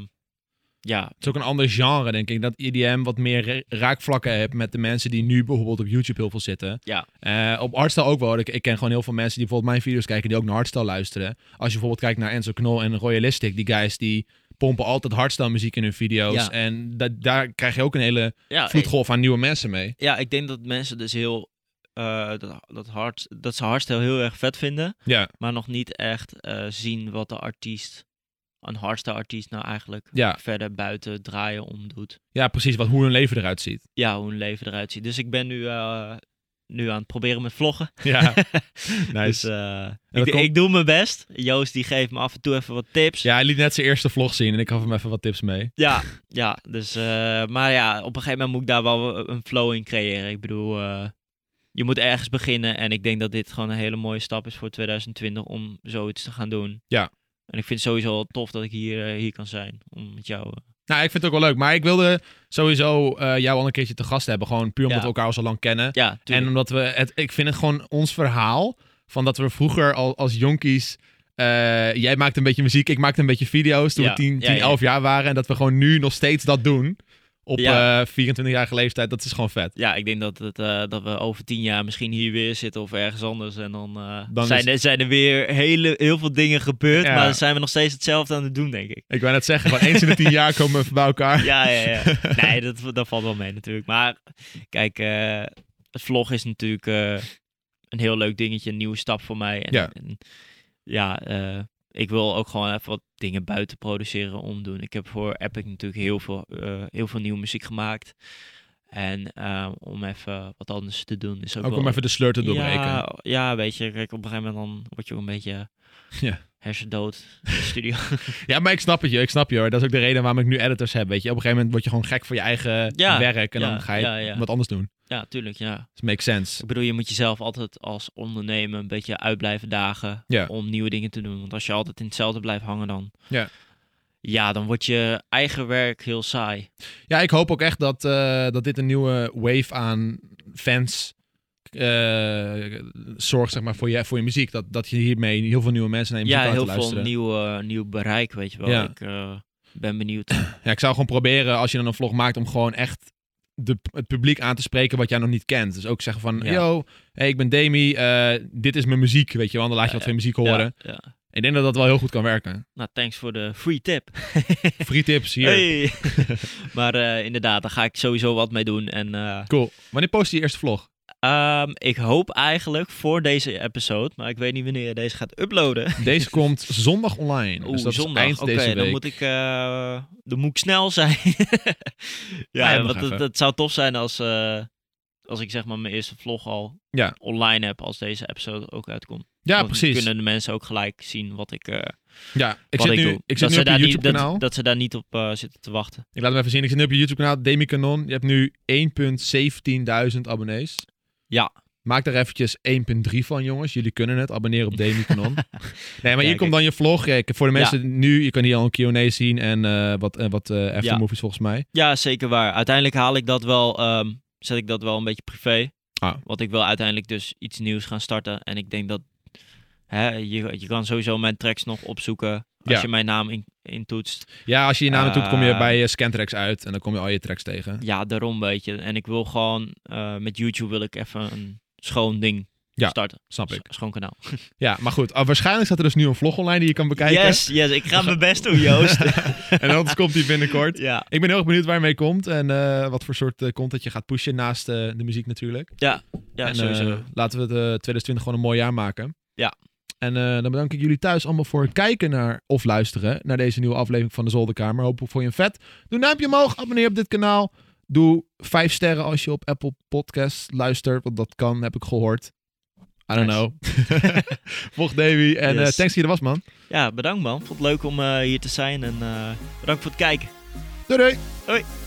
ja,
Het is ook een ander genre, denk ik. Dat EDM wat meer ra- raakvlakken heeft met de mensen die nu bijvoorbeeld op YouTube heel veel zitten.
Ja.
Eh, op Artstyle ook wel. Ik, ik ken gewoon heel veel mensen die bijvoorbeeld mijn video's kijken die ook naar Artstyle luisteren. Als je bijvoorbeeld kijkt naar Enzo Knol en Royalistic, die guys die pompen altijd hardstyle muziek in hun video's.
Ja. Ah,
En da- daar krijg je ook een hele
ja
vloedgolf aan nieuwe mensen mee.
ja, ik denk dat mensen dus heel. eh, dat, dat, hard, dat ze hardstyle heel erg vet vinden,
Ja,
maar nog niet echt eh, zien wat de artiest, een hardstyle artiest nou eigenlijk
ja,
verder buiten draaien om doet.
ja precies. Wat, hoe hun leven eruit ziet.
Ja, hoe hun leven eruit ziet. Dus ik ben nu eh, nu aan het proberen met vloggen.
Ja, nice.
Dus eh,
dat
ik,
komt-
ik doe mijn best. Joost die geeft me af en toe even wat tips.
ja, hij liet net zijn eerste vlog zien en ik gaf hem even wat tips mee.
Ja, ja, dus, eh, maar ja, op een gegeven moment moet ik daar wel een flow in creëren. Ik bedoel, eh, je moet ergens beginnen en ik denk dat dit gewoon een hele mooie stap is voor 2020 om zoiets te gaan doen.
Ja.
En ik vind het sowieso wel tof dat ik hier, eh, hier kan zijn om met jou. eh,
Nou, ik vind het ook wel leuk. Maar ik wilde sowieso eh, jou al een keertje te gast hebben. Gewoon puur omdat
Ja.
we elkaar al zo lang kennen.
ja,
En
tuurlijk.
omdat we het, ik vind het gewoon ons verhaal van dat we vroeger al, als jonkies. eh, jij maakte een beetje muziek, ik maakte een beetje video's toen
Ja,
we 10, 10
ja, ja.
11 jaar waren. En dat we gewoon nu nog steeds dat doen. Op
Ja.
eh 24-jarige leeftijd, dat is gewoon vet.
Ja, ik denk dat, het, eh, dat we over tien jaar misschien hier weer zitten of ergens anders. En dan, eh,
Dan
zijn,
is-
er, zijn er weer hele, heel veel dingen gebeurd,
Ja.
maar dan zijn we nog steeds hetzelfde aan het doen, denk ik.
Ik wou net zeggen, van eens in de 10 jaar komen we bij elkaar.
Ja, ja, ja. Nee, dat, dat valt wel mee natuurlijk. Maar kijk, eh, het vlog is natuurlijk eh, een heel leuk dingetje, een nieuwe stap voor mij. En,
Ja.
en ja, eh, ik wil ook gewoon even wat dingen buiten produceren omdoen. Ik heb voor Epic natuurlijk heel veel, eh, heel veel nieuwe muziek gemaakt. En eh, om even wat anders te doen is ook,
Ook
wel...
om even de sleur te doorbreken.
ja, ja, weet je, kijk, op een gegeven moment dan word je ook een beetje
Ja.
hersendood in de studio.
Ja, maar ik snap het je, ik snap je hoor. Dat is ook de reden waarom ik nu editors heb, weet je. Op een gegeven moment word je gewoon gek voor je eigen
Ja,
werk en
ja,
dan ga je
ja, ja.
wat anders doen.
ja, tuurlijk, ja.
Dat makes sense.
Ik bedoel, je moet jezelf altijd als ondernemer een beetje uit blijven dagen
Ja.
om nieuwe dingen te doen. Want als je altijd in hetzelfde blijft hangen dan...
Ja.
Ja, dan wordt je eigen werk heel saai.
Ja, ik hoop ook echt dat, eh, dat dit een nieuwe wave aan fans eh, zorgt, zeg maar, voor je, voor je muziek. Dat, dat je hiermee heel veel nieuwe mensen naar je muziek
Ja,
aan
heel
te luisteren.
veel nieuw, eh, nieuw bereik, weet je wel.
Ja.
Ik eh, ben benieuwd.
Ja, ik zou gewoon proberen, als je dan een vlog maakt, om gewoon echt de, het publiek aan te spreken wat jij nog niet kent. Dus ook zeggen van,
Ja.
yo, hey, ik ben Demi, eh, dit is mijn muziek, weet je wel. Dan laat je wat van je muziek horen.
Ja, ja.
Ik denk dat dat wel heel goed kan werken.
Nou, thanks voor de free tip.
Free tips hier.
Hey. maar eh, inderdaad, daar ga ik sowieso wat mee doen. En eh,
Cool. Wanneer post je je eerste vlog?
ehm, ik hoop eigenlijk voor deze episode, maar ik weet niet wanneer je deze gaat uploaden.
Deze komt zondag online.
Oeh,
dus dat
zondag.
is eind
Oké,
deze
dan
week.
moet ik, eh, dan moet ik snel zijn. ja,
Ja, nog
want
even.
het, het zou tof zijn als, eh, als ik zeg maar mijn eerste vlog al
Ja.
online heb, als deze episode ook uitkomt.
Ja,
Want Dan
precies.
kunnen de mensen ook gelijk zien wat ik, eh,
Ja, ik
wat
zit nu,
ik doe.
ik
dat
zit nu
ze
op je
daar niet- dat-
YouTube-kanaal.
Dat, ze daar niet op eh, zitten te wachten.
Ik laat hem even zien. Ik zit nu op je YouTube-kanaal Demi Canon. Je hebt nu 1.17.000 abonnees.
Ja.
Maak daar eventjes 1.3 van, jongens. Jullie kunnen het. Abonneer op Demi Canon. nee, maar hier
Kijk,
komt dan je vlog. Kijk, voor de
Ja.
mensen nu, je kan hier al een Q&A zien en eh, wat, eh, wat eh aftermovies volgens mij.
Ja, zeker waar. Uiteindelijk haal ik dat wel, ehm, zet ik dat wel een beetje privé.
Ah.
Want ik wil uiteindelijk dus iets nieuws gaan starten. En ik denk dat hè, je, je kan sowieso mijn tracks nog opzoeken als
Ja.
je mijn naam in, intoetst.
Ja, als je je naam naartoe komt, kom je
Eh.
bij eh, Scantrax uit en dan kom je al je tracks tegen.
Ja, daarom weet je. En ik wil gewoon eh, met YouTube wil ik even een schoon ding
Ja,
starten.
Snap
Sch-
ik.
schoon kanaal.
Ja, maar goed. Ah, waarschijnlijk staat er dus nu een vlog online die je kan bekijken.
Yes, yes. Ik ga mijn best doen, Joost.
En anders komt die binnenkort.
ja.
Ik ben heel erg benieuwd waar je mee komt en eh, wat voor soort eh, content je gaat pushen naast eh, de muziek natuurlijk.
Ja,
en,
sowieso.
eh, laten we de 2020 gewoon een mooi jaar maken.
Ja.
En eh, dan bedank ik jullie thuis allemaal voor het kijken naar of luisteren naar deze nieuwe aflevering van de Zolderkamer. Hopelijk vond je hem vet. Doe een duimpje omhoog, abonneer op dit kanaal. Doe vijf sterren als je op Apple Podcasts luistert, want dat kan, heb ik gehoord. I don't
Nice.
know. Volg Davy en eh,
Yes.
thanks dat je er was, man.
ja, bedankt man. Vond het leuk om eh, hier te zijn. En eh, bedankt voor het kijken.
Doei doei!
Hoi.